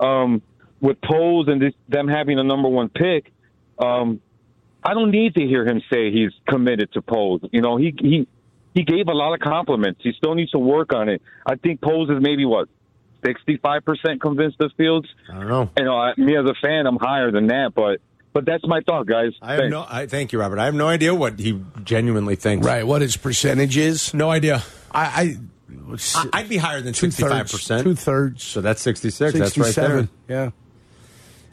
Speaker 7: um, with Pose and this, them having a number one pick, um, I don't need to hear him say he's committed to Pose. You know, he he he gave a lot of compliments. He still needs to work on it. I think Pose is maybe what sixty five percent convinced of Fields.
Speaker 2: I don't know.
Speaker 7: You know, I, me as a fan, I'm higher than that, but. But that's my thought, guys.
Speaker 2: I have
Speaker 7: Thanks.
Speaker 2: no. I thank you, Robert. I have no idea what he genuinely thinks.
Speaker 3: Right. What his percentage is?
Speaker 2: No idea.
Speaker 3: I, I
Speaker 2: I- I'd be higher than sixty-five percent.
Speaker 3: Two thirds.
Speaker 2: So that's sixty-six. That's right there.
Speaker 3: Yeah.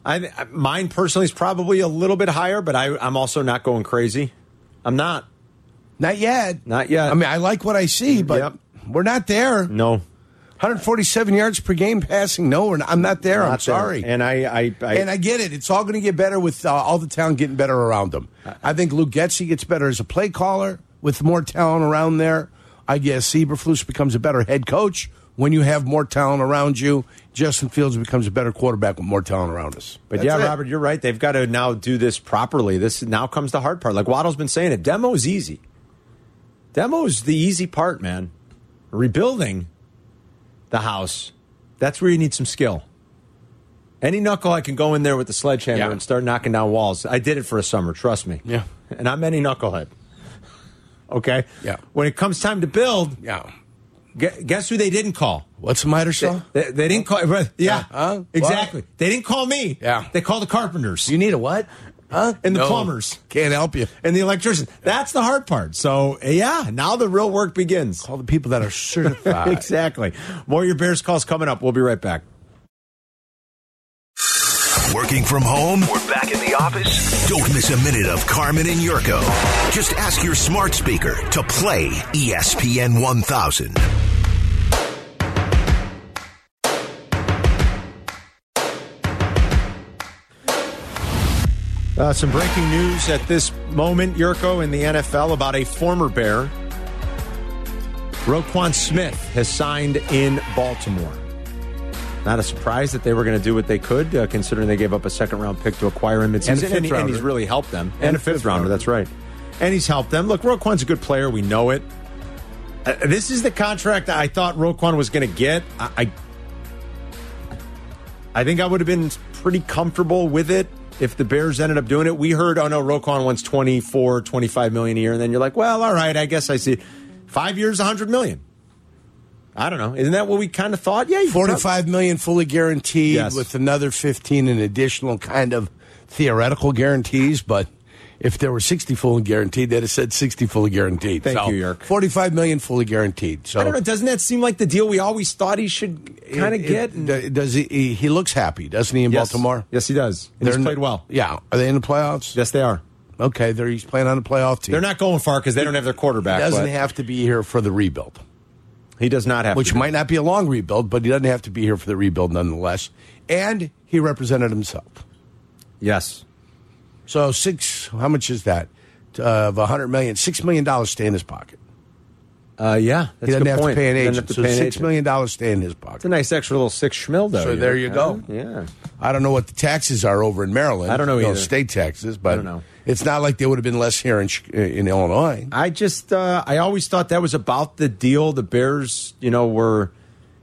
Speaker 2: I, I- mine personally is probably a little bit higher, but I, I'm also not going crazy. I'm not.
Speaker 3: Not yet.
Speaker 2: Not yet.
Speaker 3: I mean, I like what I see, but
Speaker 2: Yep. Mm.
Speaker 3: we're not there.
Speaker 2: No,
Speaker 3: 147 yards per game passing. No, we're not, I'm not there.
Speaker 2: not
Speaker 3: I'm
Speaker 2: there.
Speaker 3: sorry.
Speaker 2: And I, I, I,
Speaker 3: And I get it. It's all going to get better with uh, all the talent getting better around them. I think Luke Getzey gets better as a play caller with more talent around there. I guess Eberflus becomes a better head coach when you have more talent around you. Justin Fields becomes a better quarterback with more talent around us.
Speaker 2: But
Speaker 3: That's
Speaker 2: yeah,
Speaker 3: it.
Speaker 2: Robert, you're right. They've got to now do this properly. This now comes the hard part. Like Waddle's been saying, it demo's easy. Demo's the easy part, man. Rebuilding the house, that's where you need some skill. Any knuckle I can go in there with the sledgehammer
Speaker 3: Yeah.
Speaker 2: and start knocking down walls. I did it for a summer, trust me.
Speaker 3: Yeah.
Speaker 2: And I'm any knucklehead. Okay?
Speaker 3: Yeah.
Speaker 2: When it comes time to build,
Speaker 3: Yeah.
Speaker 2: gue- guess who they didn't call?
Speaker 3: What's the miter saw?
Speaker 2: They, they didn't call. Yeah,
Speaker 3: Huh? What?
Speaker 2: exactly. They didn't call me.
Speaker 3: Yeah.
Speaker 2: They called the carpenters
Speaker 3: You need a what? Huh?
Speaker 2: And the
Speaker 3: No.
Speaker 2: plumbers.
Speaker 3: Can't help you.
Speaker 2: and the electrician. That's the hard part. So, eh, yeah, now the real work begins.
Speaker 3: All the people that are (laughs) certified.
Speaker 2: Exactly. More of your Bears calls coming up. We'll be right back.
Speaker 8: Working from home?
Speaker 9: We're back in the office.
Speaker 8: Don't miss a minute of Carmen and Yurko. Just ask your smart speaker to play E ESPN 1000.
Speaker 2: Uh, some breaking news at this moment, Yurko, in the NFL about a former Bear. Roquan Smith has signed in Baltimore. Not a surprise that they were going to do what they could, uh, considering they gave up a second round pick to acquire him. It's
Speaker 3: And a
Speaker 2: and,
Speaker 3: fifth
Speaker 2: he- and
Speaker 3: rounder.
Speaker 2: he's really helped them. And, a fifth, rounder, that's right. And he's helped them. Look, Roquan's a good player. We know it. Uh, this is the contract I thought Roquan was going to get. I, I I think I would have been pretty comfortable with it if the Bears ended up doing it. We heard, oh no, Roquan wants 24, 25 million a year. And then you're like, well, all right, I guess I see. Five years, 100 million. I don't know. Isn't that what we kind of thought? Yeah, you probably-
Speaker 3: 45 million fully guaranteed
Speaker 2: Yes.
Speaker 3: with another 15 in additional kind of theoretical guarantees but if there were 60 fully guaranteed they'd have said 60 fully guaranteed
Speaker 2: Thank
Speaker 3: So,
Speaker 2: you, Yerk.
Speaker 3: 45 million fully guaranteed so
Speaker 2: I don't know. Doesn't that seem like the deal we always thought he should kind of
Speaker 3: it-
Speaker 2: get?
Speaker 3: it- d- does he, he he looks happy doesn't he in
Speaker 2: Yes.
Speaker 3: baltimore
Speaker 2: Yes, he does. And
Speaker 3: They're
Speaker 2: he's
Speaker 3: in-
Speaker 2: played well.
Speaker 3: yeah are they in the playoffs
Speaker 2: Yes, they are.
Speaker 3: okay they're he's playing on a playoff team
Speaker 2: They're not going far because they don't have their
Speaker 3: he
Speaker 2: quarterback.
Speaker 3: doesn't
Speaker 2: but
Speaker 3: have to be here for the rebuild
Speaker 2: he does not have
Speaker 3: which
Speaker 2: to be.
Speaker 3: might not be a long rebuild but he doesn't have to be here for the rebuild nonetheless and he represented himself
Speaker 2: Yes.
Speaker 3: So six, how much is that? Uh, of a hundred million, six million dollars stay in his pocket.
Speaker 2: Uh, yeah.
Speaker 3: He
Speaker 2: That's
Speaker 3: doesn't
Speaker 2: a good
Speaker 3: have
Speaker 2: point.
Speaker 3: to pay an
Speaker 2: He doesn't
Speaker 3: agent.
Speaker 2: have to
Speaker 3: So
Speaker 2: pay an
Speaker 3: six
Speaker 2: agent.
Speaker 3: million dollars stay in his
Speaker 2: It's a
Speaker 3: pocket.
Speaker 2: nice extra little six schmil, though.
Speaker 3: So there you go.
Speaker 2: Yeah.
Speaker 3: I don't know what the taxes are over in Maryland.
Speaker 2: I don't know
Speaker 3: No,
Speaker 2: either.
Speaker 3: state taxes, but
Speaker 2: don't know.
Speaker 3: it's not like they would have been less here in Chi- in Illinois.
Speaker 2: I just uh, I always thought that was about the deal the Bears, you know, were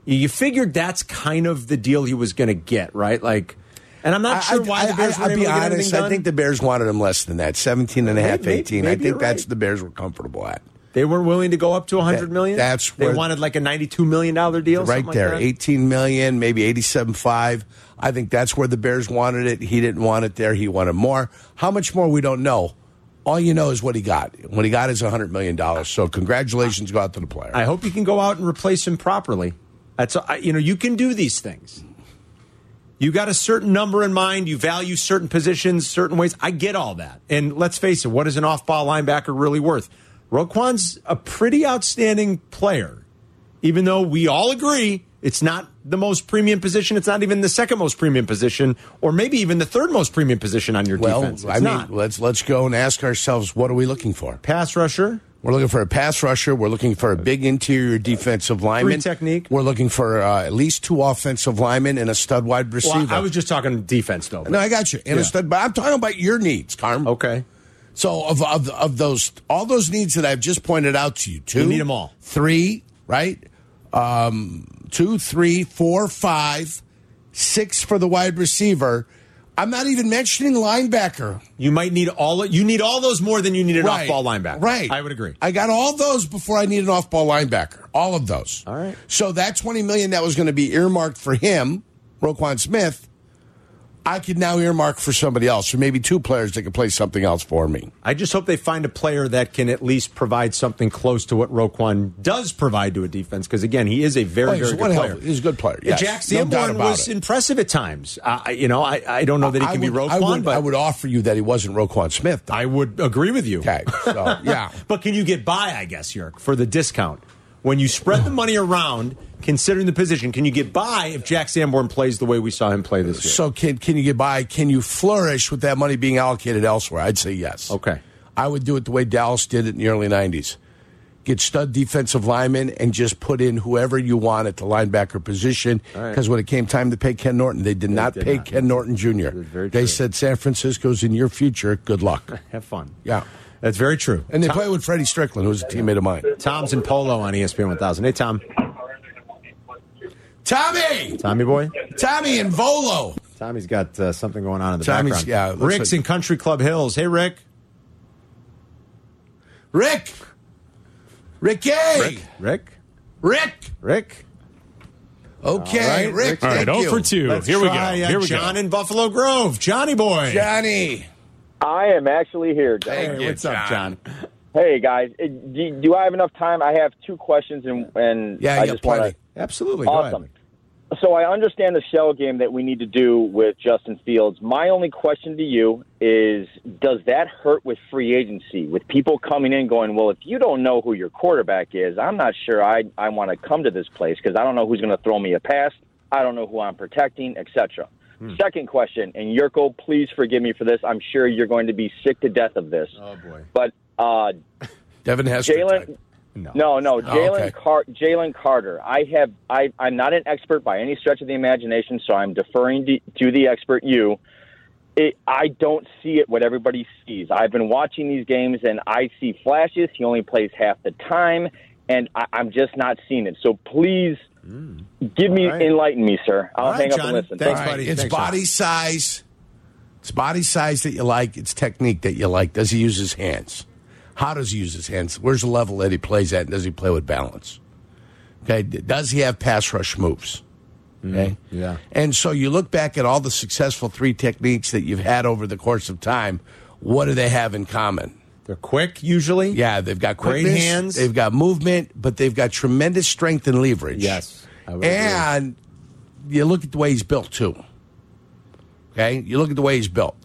Speaker 2: you figured that's kind of the deal he was going to get, right? Like and I'm not sure why the Bears were
Speaker 3: I'll
Speaker 2: able
Speaker 3: be
Speaker 2: to get anything
Speaker 3: honest. I
Speaker 2: done.
Speaker 3: think the Bears wanted him less than that, 17 and a half,
Speaker 2: Maybe-
Speaker 3: 18. I
Speaker 2: maybe
Speaker 3: think
Speaker 2: you're
Speaker 3: that's
Speaker 2: right.
Speaker 3: the Bears were comfortable at.
Speaker 2: they weren't willing to go up to 100
Speaker 3: That-
Speaker 2: million.
Speaker 3: that's
Speaker 2: they
Speaker 3: where-
Speaker 2: wanted like a 92 million dollar deal
Speaker 3: right
Speaker 2: something like
Speaker 3: there,
Speaker 2: that.
Speaker 3: 18 million, maybe 87.5. I think that's where the Bears wanted it. He didn't want it there. He wanted more. How much more we don't know. All you know is what he got. What he got is 100 million dollars. So congratulations go out to the player.
Speaker 2: I hope you can go out and replace him properly. That's I- you know you can do these things. You got a certain number in mind. You value certain positions, certain ways. I get all that. And let's face it, what is an off-ball linebacker really worth? Roquan's a pretty outstanding player, even though we all agree it's not the most premium position. It's not even the second most premium position, or maybe even the third most premium position on your
Speaker 3: well,
Speaker 2: defense. It's
Speaker 3: I mean,
Speaker 2: not.
Speaker 3: let's let's go and ask ourselves what are we looking for?
Speaker 2: pass rusher.
Speaker 3: We're looking for a pass rusher. We're looking for a big interior defensive lineman.
Speaker 2: technique.
Speaker 3: We're looking for uh, at least two offensive linemen and a stud wide receiver.
Speaker 2: Well, I was just talking defense, though.
Speaker 3: no, I got you. And a
Speaker 2: Yeah.
Speaker 3: stud, but I'm talking about your needs, Carm.
Speaker 2: okay.
Speaker 3: So of of of those all those needs that I've just pointed out to you, two
Speaker 2: You need 'em all.
Speaker 3: Three, right? Um two, three, four, five, six for the wide receiver. I'm not even mentioning linebacker.
Speaker 2: You might need all you need all those more than you need an
Speaker 3: Right.
Speaker 2: off-ball linebacker.
Speaker 3: Right.
Speaker 2: I would agree.
Speaker 3: I got all those before I need an off ball linebacker. All of those.
Speaker 2: All right.
Speaker 3: So that twenty million that was going to be earmarked for him, Roquan Smith. I could now earmark for somebody else, or maybe two players that could play something else for me.
Speaker 2: I just hope they find a player that can at least provide something close to what Roquan does provide to a defense. Because again, he is a very,
Speaker 3: Oh, he's
Speaker 2: very
Speaker 3: one
Speaker 2: good
Speaker 3: hell-
Speaker 2: player.
Speaker 3: he's a good player,
Speaker 2: Yeah,
Speaker 3: yes.
Speaker 2: Jack
Speaker 3: No doubt
Speaker 2: Sanborn
Speaker 3: about
Speaker 2: was
Speaker 3: it.
Speaker 2: impressive at times. I, I- you know, I, I don't know that he
Speaker 3: I
Speaker 2: can be
Speaker 3: would-
Speaker 2: Roquan,
Speaker 3: I would,
Speaker 2: but
Speaker 3: I would offer you that he wasn't Roquan Smith. though.
Speaker 2: I would agree with you.
Speaker 3: Okay,
Speaker 2: (laughs)
Speaker 3: so yeah.
Speaker 2: But can you get by? I guess Yerk for the discount when you spread the money around. Considering the position, can you get by if Jack Sanborn plays the way we saw him play this year?
Speaker 3: So can can you get by? Can you flourish with that money being allocated elsewhere? I'd say yes.
Speaker 2: Okay.
Speaker 3: I would do it the way Dallas did it in the early '90s. Get stud defensive linemen and just put in whoever you want at the linebacker position.
Speaker 2: right.
Speaker 3: Because when it came time to pay Ken Norton, they did not
Speaker 2: did
Speaker 3: pay
Speaker 2: not.
Speaker 3: Ken Norton Jr.
Speaker 2: is very
Speaker 3: They
Speaker 2: true.
Speaker 3: said San Francisco's in your future. Good
Speaker 2: (laughs)
Speaker 3: luck.
Speaker 2: Have fun.
Speaker 3: Yeah.
Speaker 2: that's very true.
Speaker 3: And they
Speaker 2: Tom-
Speaker 3: play with Freddie Strickland, who's a teammate of mine.
Speaker 2: Tom's in Polo on E ESPN 1000. Hey, Tom,
Speaker 3: Tommy,
Speaker 2: Tommy boy.
Speaker 3: Tommy and Volo.
Speaker 2: Tommy's got uh, something going on in the
Speaker 3: Tommy's-
Speaker 2: background.
Speaker 3: yeah, it looks
Speaker 2: Rick's
Speaker 3: like-
Speaker 2: in Country Club Hills. Hey, Rick.
Speaker 3: Rick, Ricky, Rick,
Speaker 2: Rick. Rick.
Speaker 3: Okay,
Speaker 2: All right,
Speaker 3: Rick.
Speaker 2: Rick.
Speaker 6: All right, 0
Speaker 3: thank you.
Speaker 6: for 2.
Speaker 2: Let's
Speaker 6: Here we go.
Speaker 2: try, uh,
Speaker 6: Here we
Speaker 2: John
Speaker 6: go.
Speaker 2: in Buffalo Grove. Johnny boy.
Speaker 3: Johnny.
Speaker 9: I am actually here, John.
Speaker 2: Hey, what's up, John?
Speaker 9: Hey guys, Uh, do, do I have enough time? I have two questions, and and
Speaker 3: Yeah,
Speaker 9: I
Speaker 3: you got
Speaker 9: just want
Speaker 3: plenty.
Speaker 9: to.
Speaker 2: Absolutely. Go ahead,
Speaker 9: Awesome.
Speaker 2: Rick.
Speaker 9: So I understand the shell game that we need to do with Justin Fields. My only question to you is does that hurt with free agency? With people coming in going, "Well, if you don't know who your quarterback is, I'm not sure I I want to come to this place because I don't know who's going to throw me a pass. I don't know who I'm protecting, etc."
Speaker 2: Hmm.
Speaker 9: Second question, and Yurko, please forgive me for this. I'm sure you're going to be sick to death of this.
Speaker 2: Oh, boy.
Speaker 9: But uh,
Speaker 3: Devin Hester.
Speaker 9: Jalen
Speaker 3: type.
Speaker 2: No. Oh,
Speaker 9: no, no, Jalen
Speaker 3: okay.
Speaker 9: Car- Jalen Carter. I have I I'm not an expert by any stretch of the imagination, so I'm deferring to, to the expert you. It, I don't see it what everybody sees. I've been watching these games and I see flashes. He only plays half the time, and I, I'm just not seeing it. So please give me
Speaker 2: Mm. All right.
Speaker 9: enlighten me, sir. I'll
Speaker 2: All right,
Speaker 9: hang up
Speaker 2: John.
Speaker 9: and listen.
Speaker 2: Thanks,
Speaker 9: Thank
Speaker 3: All right,
Speaker 9: you.
Speaker 2: buddy.
Speaker 3: It's
Speaker 2: Thanks,
Speaker 3: body size. It's body size that you like. It's technique that you like. Does he use his hands? How does he use his hands? Where's the level that he plays at? And does he play with balance? Okay. d- Does he have pass rush moves? Okay.
Speaker 2: Mm, yeah.
Speaker 3: And so you look back at all the successful three techniques that you've had over the course of time. What do they have in common?
Speaker 2: They're quick, usually.
Speaker 3: Yeah, they've got
Speaker 2: Great
Speaker 3: quickness,
Speaker 2: hands.
Speaker 3: They've got movement, but they've got tremendous strength and leverage.
Speaker 2: Yes, I would agree.
Speaker 3: and you look at the way he's built too. Okay, you look at the way he's built.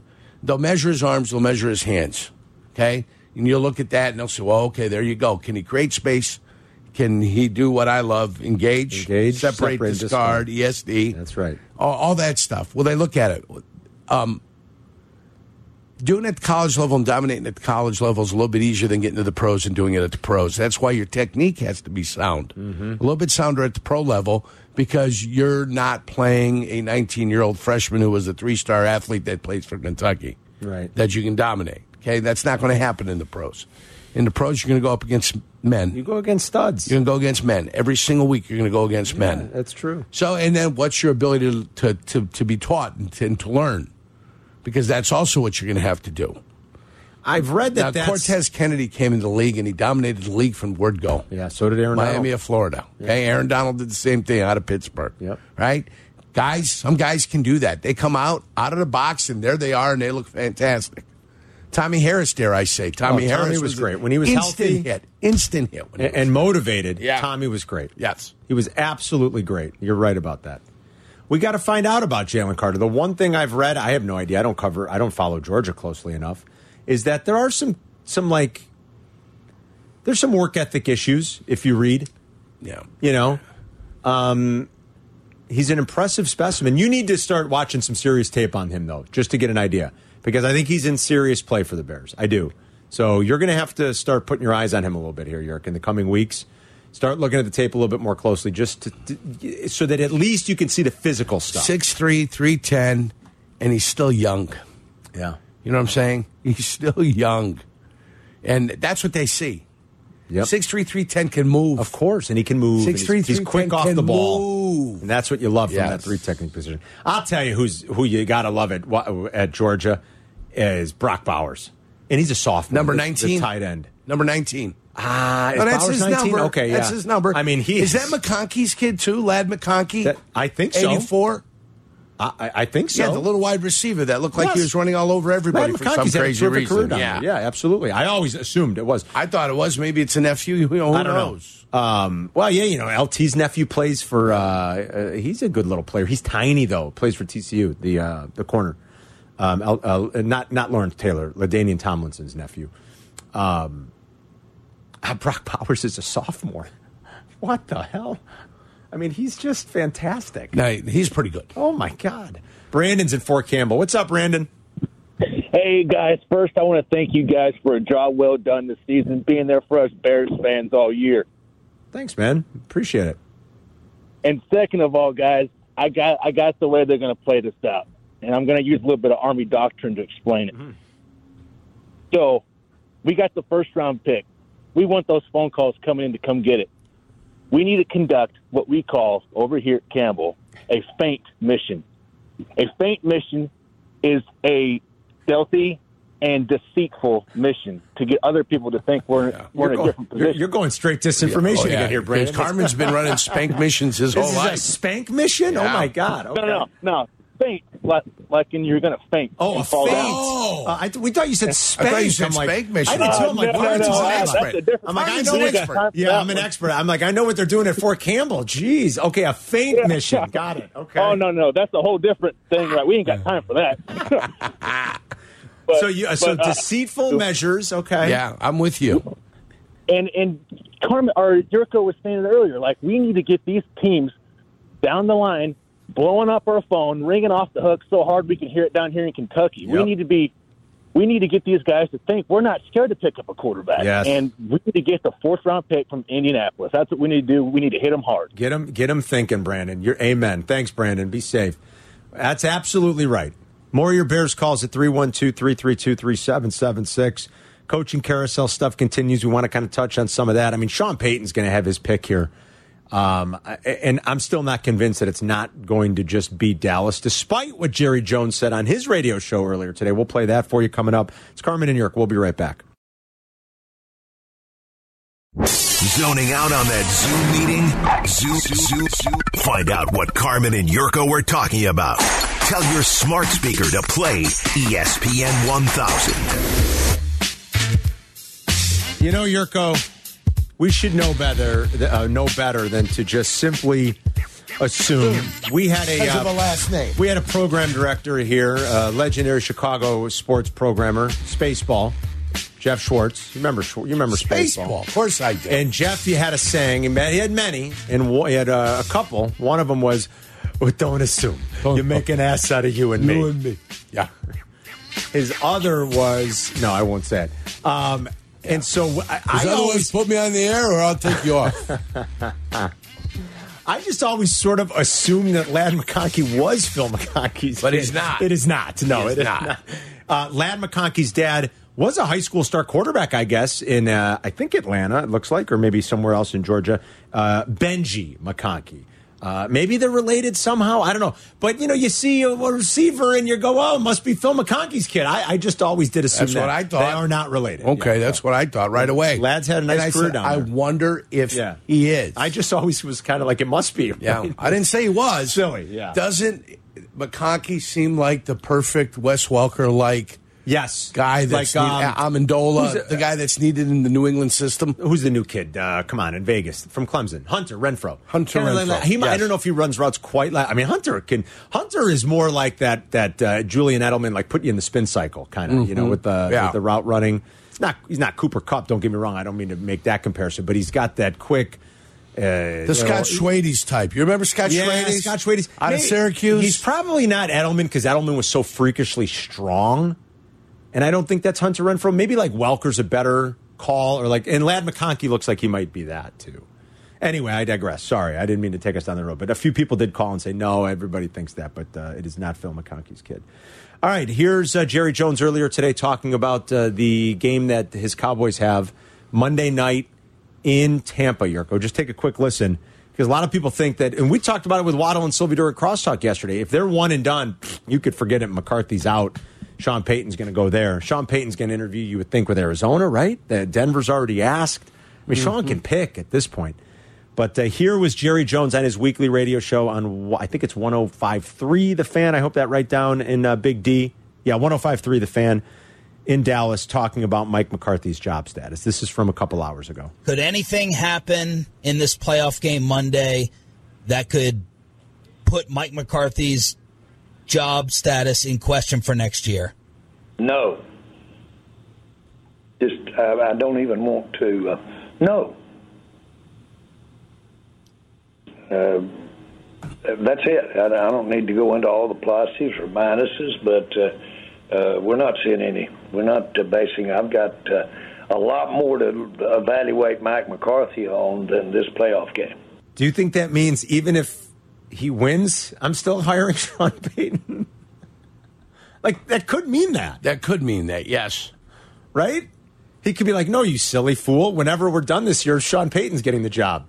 Speaker 3: They'll measure his arms. They'll measure his hands. Okay, and you'll look at that and they'll say, "Well, okay, there you go. Can he create space? Can he do what I love? Engage,
Speaker 2: Engage,
Speaker 3: separate, E
Speaker 2: separate,
Speaker 3: discard,
Speaker 2: discard.
Speaker 3: ESD.
Speaker 2: That's right.
Speaker 3: All, all that stuff. Well, they look at it. Um, doing it at the college level and dominating at the college level is a little bit easier than getting to the pros and doing it at the pros. That's why your technique has to be sound,
Speaker 2: Mm-hmm.
Speaker 3: a little bit sounder at the pro level because you're not playing a 19 year old freshman who was a three star athlete that plays for Kentucky.
Speaker 2: Right.
Speaker 3: That you can dominate. Okay, that's not going to happen in the pros. In the pros, you're going to go up against men.
Speaker 2: You
Speaker 3: You're
Speaker 2: go against studs.
Speaker 3: going to go against men every single week. You're going to go against men.
Speaker 2: That's true.
Speaker 3: So, and then what's your ability to, to, to, to be taught and to, and to learn? Because that's also what you're going to have to do.
Speaker 2: I've read
Speaker 3: Now,
Speaker 2: that that's.
Speaker 3: Cortez Kennedy came into the league and he dominated the league from word go.
Speaker 2: Yeah, so did Aaron
Speaker 3: Miami
Speaker 2: Donald.
Speaker 3: of Florida. Okay, Aaron Donald did the same thing out of Pittsburgh.
Speaker 2: Yep.
Speaker 3: Right? Guys, some guys can do that. They come out out of the box and there they are and they look fantastic. Tommy Harris, dare I say, Tommy
Speaker 2: Oh, Tommy
Speaker 3: Harris
Speaker 2: was great. When he was
Speaker 3: instant
Speaker 2: healthy-
Speaker 3: hit, instant hit. When he
Speaker 2: and, and motivated.
Speaker 3: Yeah.
Speaker 2: Tommy was great.
Speaker 3: Yes.
Speaker 2: He was absolutely great. You're right about that. We got to find out about Jalen Carter. The one thing I've read, I have no idea. I don't cover, I don't follow Georgia closely enough, is that there are some, some like, there's some work ethic issues if you read,
Speaker 3: yeah.
Speaker 2: you know. Um, he's an impressive specimen. You need to start watching some serious tape on him, though, just to get an idea, because I think he's in serious play for the Bears. I do. So you're going to have to start putting your eyes on him a little bit here, Yerk, in the coming weeks. Start looking at the tape a little bit more closely, just to, to- so that at least you can see the physical stuff.
Speaker 3: Six three, three ten, and he's still young.
Speaker 2: Yeah.
Speaker 3: You know what I'm saying? (laughs) He's still young. And that's what they see.
Speaker 2: Yep.
Speaker 3: Six three three ten can move.
Speaker 2: Of course, and he can move.
Speaker 3: Six,
Speaker 2: and
Speaker 3: three,
Speaker 2: he's, he's
Speaker 3: three,
Speaker 2: quick
Speaker 3: ten,
Speaker 2: off
Speaker 3: can
Speaker 2: the ball,
Speaker 3: move.
Speaker 2: and that's what you love from
Speaker 3: Yes.
Speaker 2: that three technique position. I'll tell you who's who you gotta love at wa- at Georgia is Brock Bowers, and he's a sophomore,
Speaker 3: Number
Speaker 2: the- the
Speaker 3: 19.
Speaker 2: tight end.
Speaker 3: Number 19.
Speaker 2: Ah,
Speaker 3: No, that's his
Speaker 2: 19?
Speaker 3: number.
Speaker 2: Okay,
Speaker 3: That's
Speaker 2: yeah.
Speaker 3: his number.
Speaker 2: I mean, he
Speaker 3: is that McConkey's kid too, Lad McConkey?
Speaker 2: That- I think so.
Speaker 3: 84?
Speaker 2: I, I- I think so.
Speaker 3: Yeah, the little wide receiver that looked like he
Speaker 2: Yes.
Speaker 3: was running all over everybody
Speaker 2: Ray
Speaker 3: for
Speaker 2: McConkey's
Speaker 3: some
Speaker 2: had a
Speaker 3: crazy
Speaker 2: terrific career
Speaker 3: reason.
Speaker 2: down
Speaker 3: Yeah.
Speaker 2: there. yeah, absolutely. I always assumed it was.
Speaker 3: I thought it was. Maybe it's a nephew. You know, who
Speaker 2: I don't
Speaker 3: knows?
Speaker 2: know. Um, well, yeah, you know, LT's nephew plays for. Uh, uh, he's a good little player. He's tiny though. Plays for TCU, the uh, the corner. Um, L, uh, not not Lawrence Taylor, Ladainian Tomlinson's nephew. Um, ah, Brock Powers is a sophomore. What the hell? I mean, he's just fantastic.
Speaker 3: No, he's pretty good.
Speaker 2: Oh my God, Brandon's in Fort Campbell. What's up, Brandon?
Speaker 10: Hey guys, first I want to thank you guys for a job well done this season, being there for us Bears fans all year.
Speaker 2: Thanks, man. Appreciate it.
Speaker 10: And second of all, guys, I got I got the way they're going to play this out, and I'm going to use a little bit of Army doctrine to explain it.
Speaker 2: Mm-hmm.
Speaker 10: So, we got the first round pick. We want those phone calls coming in to come get it. We need to conduct what we call over here at Campbell a faint mission. A faint mission is a stealthy and deceitful mission to get other people to think we're, we're in a
Speaker 2: You're going,
Speaker 10: different
Speaker 2: you're-
Speaker 10: position.
Speaker 2: you're going straight disinformation
Speaker 3: Oh, yeah.
Speaker 2: again here, Brandon.
Speaker 3: Carmen's been running spank missions his
Speaker 2: This
Speaker 3: whole
Speaker 2: is a
Speaker 3: life.
Speaker 2: spank mission? Oh
Speaker 3: Oh, Yeah.
Speaker 2: my god! Okay.
Speaker 10: No, no, no. Faint, like, like in you're going to faint.
Speaker 2: Oh, a
Speaker 10: and fall
Speaker 2: faint.
Speaker 10: down.
Speaker 3: Oh.
Speaker 2: Uh, I th- we thought you said spank.
Speaker 3: you said
Speaker 2: I'm like,
Speaker 3: spank mission.
Speaker 2: I didn't tell him.
Speaker 10: Uh,
Speaker 2: Like,
Speaker 10: no,
Speaker 2: what
Speaker 10: no,
Speaker 2: is
Speaker 10: no,
Speaker 2: an
Speaker 10: that's
Speaker 2: expert?
Speaker 10: a different-
Speaker 2: I'm like, I
Speaker 10: I'm
Speaker 2: know
Speaker 10: an
Speaker 2: an
Speaker 10: expert.
Speaker 2: expert. Yeah, I'm an expert. I'm like, I know what they're doing at Fort Campbell. Jeez. Okay, a faint mission. Got
Speaker 10: (laughs)
Speaker 2: it. Okay.
Speaker 10: Oh no, no, that's a whole different thing, right? We ain't got time for that. But-
Speaker 2: So you uh, so
Speaker 10: but, uh,
Speaker 2: deceitful measures. Okay.
Speaker 3: Yeah, I'm with you.
Speaker 10: and and Carmen or Jerko was saying it earlier, like we need to get these teams down the line, blowing up our phone, ringing off the hook so hard we can hear it down here in Kentucky. We
Speaker 2: Yep.
Speaker 10: need to be. We need to get these guys to think we're not scared to pick up a quarterback,
Speaker 2: Yes.
Speaker 10: and we need to get the fourth round pick from Indianapolis. That's what we need to do. We need to hit them hard.
Speaker 2: Get them get them thinking, Brandon. You're amen. Thanks, Brandon. Be safe. That's absolutely right. More of your Bears calls at 312-332-3776. Coaching carousel stuff continues. We want to kind of touch on some of that. I mean, Sean Payton's going to have his pick here. Um, I- and I'm still not convinced that it's not going to just be Dallas, despite what Jerry Jones said on his radio show earlier today. We'll play that for you coming up. It's Carmen and York. We'll be right back.
Speaker 8: Zoning out on that Zoom meeting? Zoom, Zoom, Zoom. Find out what Carmen and Yurko were talking about. Tell your smart speaker to play E ESPN 1000.
Speaker 2: You know, Yurko, we should know better. Uh, know better than to just simply assume. We had a,
Speaker 3: Because of a
Speaker 2: uh,
Speaker 3: last name.
Speaker 2: we had a program director here, a legendary Chicago sports programmer, Spaceball, Jeff Schwartz. You remember? Schw- You remember
Speaker 3: Baseball. Of course I do.
Speaker 2: and Jeff, he had a saying, and he had many, and wa- he had uh, a couple. One of them was, "Well, "Don't assume. You make an ass out of you and me."
Speaker 3: You and me.
Speaker 2: Yeah. His other was no, I won't say it. Um, And so I, I
Speaker 3: Because otherwise,
Speaker 2: always,
Speaker 3: put me on the air or I'll take you off.
Speaker 2: (laughs) I just always sort of assumed that Lad McConkey was Phil McConkey's,
Speaker 3: But he's
Speaker 2: kid.
Speaker 3: not.
Speaker 2: It is not. No,
Speaker 3: He is
Speaker 2: it is
Speaker 3: not.
Speaker 2: not. Uh, Lad McConkey's dad was a high school star quarterback, I guess, in uh, I think Atlanta, it looks like, or maybe somewhere else in Georgia. Uh, Benji McConkey. Uh, maybe they're related somehow. I don't know. But, you know, you see a receiver and you go, oh, it must be Phil McConkey's kid. I, I just always did assume
Speaker 3: That's
Speaker 2: that.
Speaker 3: what I thought.
Speaker 2: They are not related.
Speaker 3: Okay,
Speaker 2: Yeah.
Speaker 3: that's what I thought right away.
Speaker 2: Lad's had a nice
Speaker 3: And I
Speaker 2: career
Speaker 3: said,
Speaker 2: down
Speaker 3: I
Speaker 2: there.
Speaker 3: wonder if
Speaker 2: Yeah.
Speaker 3: he is.
Speaker 2: I just always was kind of like, it must be. (laughs)
Speaker 3: Yeah,
Speaker 2: right?
Speaker 3: I didn't say he was.
Speaker 2: Silly, yeah.
Speaker 3: Doesn't McConkey seem like the perfect Wes Welker like
Speaker 2: Yes.
Speaker 3: guy that's
Speaker 2: like,
Speaker 3: need-
Speaker 2: um,
Speaker 3: Amendola,
Speaker 2: who's it-
Speaker 3: the guy that's needed in the New England system?
Speaker 2: who's the new kid? Uh, come on, in Vegas from Clemson, Hunter Renfro.
Speaker 3: Hunter
Speaker 2: Kinda
Speaker 3: Renfro,
Speaker 2: that. He might, I
Speaker 3: yes.
Speaker 2: don't know if he runs routes quite. like I mean, Hunter can. Hunter is more like that. That uh, Julian Edelman, like put you in the spin cycle, kind of. You know, with the
Speaker 3: Mm-hmm. Yeah.
Speaker 2: with the route running. It's not. He's not Cooper Cup. Don't get me wrong. I don't mean to make that comparison, but he's got that quick. uh,
Speaker 3: The Scott Schwades type. You remember Scott
Speaker 2: Yeah,
Speaker 3: Schwades?
Speaker 2: Scott Schwede.
Speaker 3: Out of
Speaker 2: Maybe-
Speaker 3: Syracuse?
Speaker 2: He's probably not Edelman because Edelman was so freakishly strong. And I don't think that's Hunter Renfro. Maybe like Welker's a better call or like, and Lad McConkey looks like he might be that too. Anyway, I digress. Sorry, I didn't mean to take us down the road, but a few people did call and say, no, everybody thinks that, but uh, it is not Phil McConkey's kid. All right, here's uh, Jerry Jones earlier today talking about uh, the game that his Cowboys have Monday night in Tampa, Yurko. Just take a quick listen because a lot of people think that, and we talked about it with Waddle and Sylvie during crosstalk yesterday. If they're one and done, (sniffs) pfft, you could forget it. McCarthy's out. Sean Payton's going to go there. Sean Payton's going to interview, you would think, with Arizona, right? That Denver's already asked. I mean, Sean can pick at this point. But uh, here was Jerry Jones on his weekly radio show on, wh- I think it's 105.3 The Fan. I hope that right down in uh, Big D. Yeah, 105.3 The Fan in Dallas talking about Mike McCarthy's job status. This is from a couple hours ago.
Speaker 11: Could anything happen in this playoff game Monday that could put Mike McCarthy's job status in question for next year?
Speaker 12: No. Just, I, I don't even want to. Uh, no. Uh, that's it. I, I don't need to go into all the pluses or minuses, but uh, uh, we're not seeing any. We're not uh, basing. I've got uh, a lot more to evaluate Mike McCarthy on than this playoff game.
Speaker 2: Do you think that means even if he wins, I'm still hiring (laughs) Sean Payton? like that could mean that.
Speaker 3: That could mean that. Yes.
Speaker 2: Right? He could be like, "No, you silly fool. Whenever we're done this year, Sean Payton's getting the job."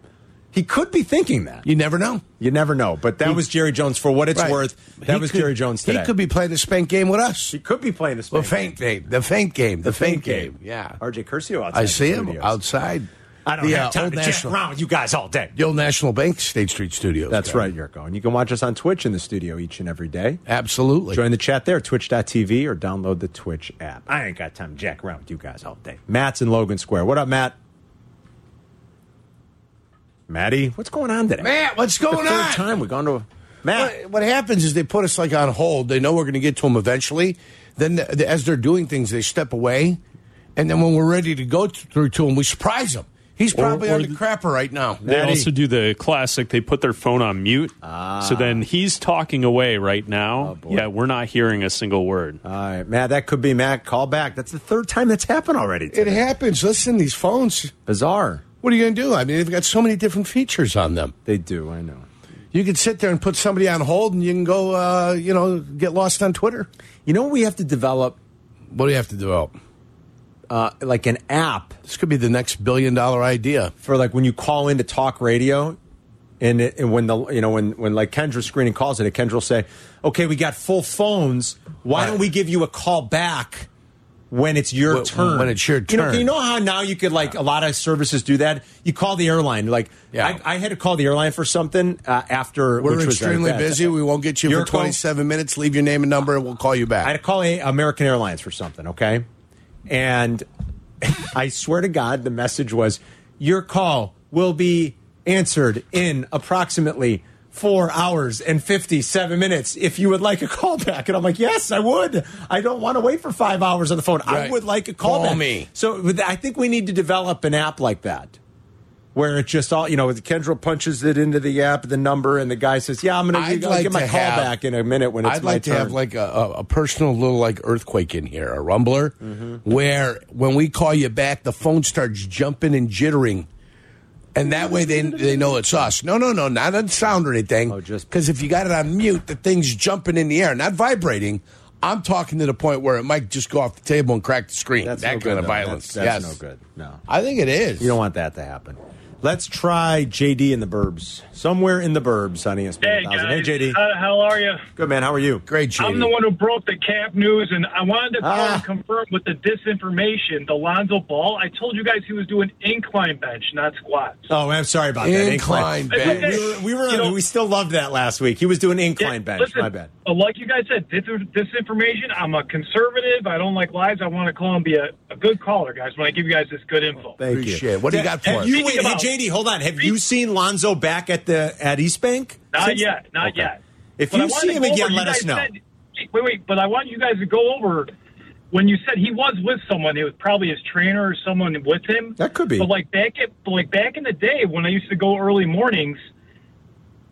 Speaker 2: He could be thinking that.
Speaker 3: You never know.
Speaker 2: You never know. But that
Speaker 3: He-
Speaker 2: was Jerry Jones for what it's
Speaker 3: Right.
Speaker 2: worth. That
Speaker 3: He
Speaker 2: was
Speaker 3: could-
Speaker 2: Jerry Jones today.
Speaker 3: He could be playing the spank game with us. He
Speaker 2: could be playing the spank.
Speaker 3: Well, faint game. The faint game. The, faint, game. Yeah.
Speaker 2: RJ Curcio outside.
Speaker 3: I
Speaker 2: the
Speaker 3: see him
Speaker 2: studios.
Speaker 3: outside.
Speaker 2: I don't
Speaker 3: the,
Speaker 2: have
Speaker 3: uh,
Speaker 2: time
Speaker 3: Old
Speaker 2: to chat
Speaker 3: National,
Speaker 2: around with you guys all day.
Speaker 3: the Old National Bank State Street Studios.
Speaker 2: That's
Speaker 3: guy.
Speaker 2: right, Yurko. And you can watch us on Twitch in the studio each and every day.
Speaker 3: Absolutely.
Speaker 2: Join the chat there, twitch.tv, or download the Twitch app. I ain't got time to jack around with you guys all day. Matt's in Logan Square. What up, Matt? Matty, what's going on today?
Speaker 3: Matt, what's going
Speaker 2: the third
Speaker 3: on?
Speaker 2: time we've gone to a. Matt.
Speaker 3: What, what happens is they put us like on hold. They know we're going to get to them eventually. Then, th- as they're doing things, they step away, and then when we're ready to go t- through to him, we surprise him. He's
Speaker 6: Or-
Speaker 3: probably on
Speaker 6: or
Speaker 3: the
Speaker 6: th-
Speaker 3: crapper right now.
Speaker 6: They also do the classic. They put their phone on mute. So then he's talking away right now. yeah, we're not hearing a single word.
Speaker 2: All right, Matt, that could be Matt. Call back. That's the third time that's happened already.
Speaker 3: it happens. Listen, these phones.
Speaker 2: Bizarre.
Speaker 3: What are you going to do? I mean, they've got so many different features on them.
Speaker 2: They do, I know.
Speaker 3: You could sit there and put somebody on hold, and you can go, uh, you know, get lost on Twitter.
Speaker 2: You know what we have to develop?
Speaker 3: What do you have to develop?
Speaker 2: Uh, like an app
Speaker 3: This could be the next billion dollar idea.
Speaker 2: for like when you call in to talk radio and, it, and when the you know when when like kendra's screening calls it kendra will say okay we got full phones why don't we give you a call back when it's your
Speaker 3: Wh-
Speaker 2: turn
Speaker 3: when it's your
Speaker 2: you know,
Speaker 3: turn.
Speaker 2: you know how now you could like a lot of services do that you call the airline like
Speaker 3: Yeah.
Speaker 2: I, I had to call the airline for something uh, after
Speaker 3: We're
Speaker 2: which was very
Speaker 3: extremely
Speaker 2: bad.
Speaker 3: busy. We won't get you
Speaker 2: Your
Speaker 3: for
Speaker 2: call?
Speaker 3: 27 minutes. Leave your name and number, and we'll call you back.
Speaker 2: I had to call a- American Airlines for something, okay? And (laughs) I swear to God, the message was your call will be answered in approximately four hours and 57 minutes if you would like a (laughs) call back. And I'm like, yes, I would. I don't want to wait for five hours on the phone. I
Speaker 3: Right.
Speaker 2: would like a call
Speaker 3: Call
Speaker 2: back.
Speaker 3: me.
Speaker 2: So with- I think we need to develop an app like that. Where it just all, you know, Kendra punches it into the app, the number, and the guy says, "Yeah, I'm going
Speaker 3: I'd
Speaker 2: to
Speaker 3: like
Speaker 2: get my
Speaker 3: to
Speaker 2: call
Speaker 3: have-
Speaker 2: back in a minute when it's
Speaker 3: I'd
Speaker 2: my
Speaker 3: like to
Speaker 2: turn."
Speaker 3: have like a, a, a personal little like earthquake in here, a rumbler,
Speaker 2: Mm-hmm.
Speaker 3: where when we call you back, the phone starts jumping and jittering, and that way they they know it's us. No, no, no, not on sound or anything.
Speaker 2: Oh, just-
Speaker 3: because if you got it on mute, the thing's jumping in the air, not vibrating. I'm talking to the point where it might just go off the table and crack the screen.
Speaker 2: That's
Speaker 3: that
Speaker 2: no
Speaker 3: kind
Speaker 2: good,
Speaker 3: of
Speaker 2: though.
Speaker 3: violence.
Speaker 2: That's, that's
Speaker 3: yes.
Speaker 2: no good. No.
Speaker 3: I think it is.
Speaker 2: You don't want that to happen. Let's try JD in the Burbs. Somewhere in the Burbs on ESPN. 1000.
Speaker 13: Hey guys, Uh,
Speaker 2: hey JD.
Speaker 13: how the hell are you?
Speaker 2: Good man. How are you?
Speaker 3: Great, JD.
Speaker 13: I'm the one who broke the cap news, and I wanted to call
Speaker 2: Ah.
Speaker 13: and confirm with the disinformation, the Lonzo Ball. I told you guys he was doing incline bench, not squats.
Speaker 2: Oh, I'm sorry about that.
Speaker 3: Incline bench.
Speaker 2: We, were, we, were-
Speaker 13: You know-
Speaker 2: we still loved that last week. He was doing incline
Speaker 13: Yeah,
Speaker 2: bench.
Speaker 13: listen,
Speaker 2: My bad.
Speaker 13: uh, Like you guys said, dis- disinformation. I'm a conservative. I don't like lies. I want to call and be a, a good caller, guys. When I give you guys this good info.
Speaker 2: Thank
Speaker 3: Appreciate
Speaker 2: you.
Speaker 3: it. What do you got for
Speaker 2: have
Speaker 3: us?
Speaker 2: you- wait,
Speaker 13: Speaking
Speaker 2: hey,
Speaker 13: about-
Speaker 2: JD, hold on. Have you seen Lonzo back at the at East Bank?
Speaker 13: Not
Speaker 2: Since-
Speaker 13: yet. Not
Speaker 2: Okay.
Speaker 13: yet.
Speaker 2: If
Speaker 13: But I
Speaker 2: you
Speaker 13: wanted
Speaker 2: see
Speaker 13: to
Speaker 2: him
Speaker 13: go over,
Speaker 2: again,
Speaker 13: you
Speaker 2: let
Speaker 13: guys
Speaker 2: us know.
Speaker 13: said- wait, wait. But I want you guys to go over when you said he was with someone. It was probably his trainer or someone with him.
Speaker 2: That could be.
Speaker 13: But like back at like back in the day when I used to go early mornings,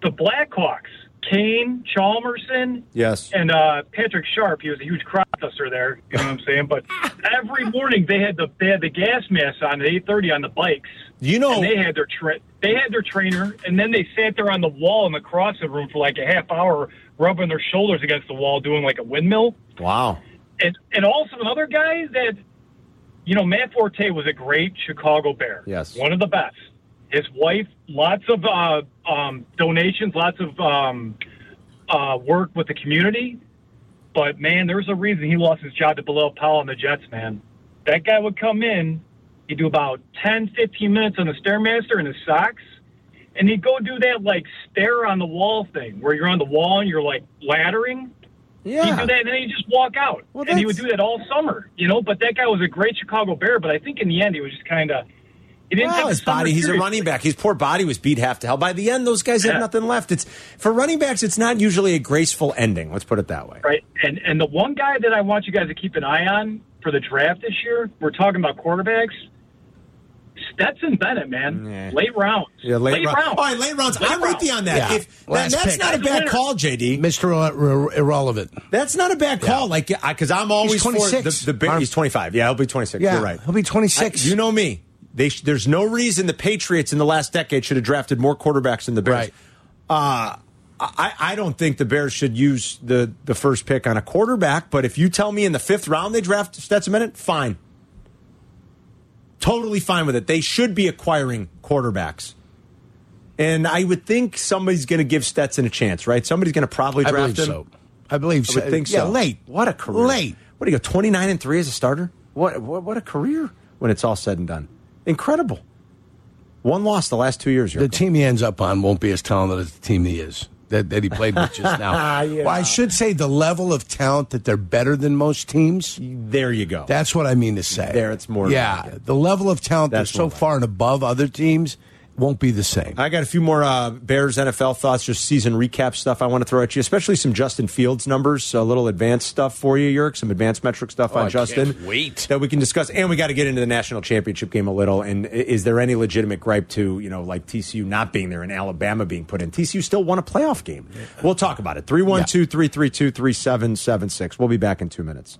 Speaker 13: the Blackhawks, Kane, Chalmerson,
Speaker 2: yes.
Speaker 13: and uh, Patrick Sharp, he was a huge crop duster there. You know what I'm saying? But every morning they had the they had the gas mask on at 8:30 on the bikes.
Speaker 2: You know-
Speaker 13: and they had their tra- they had their trainer, and then they sat there on the wall in the CrossFit room for like a half hour, rubbing their shoulders against the wall, doing like a windmill.
Speaker 2: Wow.
Speaker 13: And and also another guy that, you know, Matt Forte was a great Chicago Bear.
Speaker 2: Yes.
Speaker 13: one of the best. His wife, lots of uh, um, donations, lots of um, uh, work with the community. But man, there's a reason he lost his job to Bilal Powell and the Jets. Man, that guy would come in, he'd do about 10, 15 minutes on the stairmaster in his socks, and they go do that like stare on the wall thing where you're on the wall and you're like laddering.
Speaker 2: Yeah.
Speaker 13: You do that and then you just walk out. and he would do that all summer, you know. But that guy was a great Chicago Bear. But I think in the end, he was just kind of. He didn't
Speaker 2: Well,
Speaker 13: take the
Speaker 2: his
Speaker 13: summer
Speaker 2: body. He's a
Speaker 13: seriously.
Speaker 2: running back. His poor body was beat half to hell. By the end, those guys have
Speaker 13: Yeah.
Speaker 2: nothing left. It's for running backs. It's not usually a graceful ending. Let's put it that way.
Speaker 13: Right. And and the one guy that I want you guys to keep an eye on for the draft this year, we're talking about quarterbacks. Stetson Bennett, man. Late rounds.
Speaker 2: Yeah, late round-
Speaker 13: rounds.
Speaker 2: All right, late rounds. I'm with you on that.
Speaker 3: Yeah.
Speaker 2: If- that-
Speaker 3: Last
Speaker 2: that's
Speaker 3: pick.
Speaker 2: not a bad call, JD.
Speaker 3: Mr. Ir- Ir- irrelevant.
Speaker 2: That's not a bad call. Like, because I'm always
Speaker 3: He's 26.
Speaker 2: For the, the Bears. He's 25. Yeah, he'll be 26.
Speaker 3: Yeah,
Speaker 2: You're right.
Speaker 3: he'll be 26.
Speaker 2: I- you know me. They sh- there's no reason the Patriots in the last decade should have drafted more quarterbacks than the Bears. Uh, I, I don't think the Bears should use the, the first pick on a quarterback, but if you tell me in the fifth round they draft Stetson Bennett, fine. Totally fine with it. They should be acquiring quarterbacks. And I would think somebody's going to give Stetson a chance, right? Somebody's going to probably
Speaker 3: I
Speaker 2: draft
Speaker 3: believe
Speaker 2: him.
Speaker 3: so. I believe
Speaker 2: I
Speaker 3: so.
Speaker 2: would think
Speaker 3: Yeah,
Speaker 2: so.
Speaker 3: late.
Speaker 2: What a career.
Speaker 3: Late.
Speaker 2: What do you go? Twenty nine and three as a starter. What, what what a career when it's all said and done. Incredible. One loss the last two years.
Speaker 3: The team he ends up on won't be as talented as the team he is that, that he played with (laughs) just now.
Speaker 2: Yeah.
Speaker 3: Well, I should say the level of talent that they're better than most teams.
Speaker 2: There you go.
Speaker 3: That's what I mean to say.
Speaker 2: There, it's more.
Speaker 3: Yeah, the level of talent
Speaker 2: That's
Speaker 3: that's so
Speaker 2: more
Speaker 3: far and above other teams won't be the same.
Speaker 2: I got a few more uh, Bears NFL thoughts, just season recap stuff I want to throw at you, especially some Justin Fields numbers, a little advanced stuff for you, Yurk, some advanced metric stuff
Speaker 3: Oh,
Speaker 2: on
Speaker 3: I
Speaker 2: Justin.
Speaker 3: can't wait.
Speaker 2: That we can discuss. And we got to get into the national championship game a little. And i- is there any legitimate gripe to, you know, like TCU not being there and Alabama being put in? TCU still won a playoff game. We'll talk about it. 312 332 3776. We'll be back in two minutes.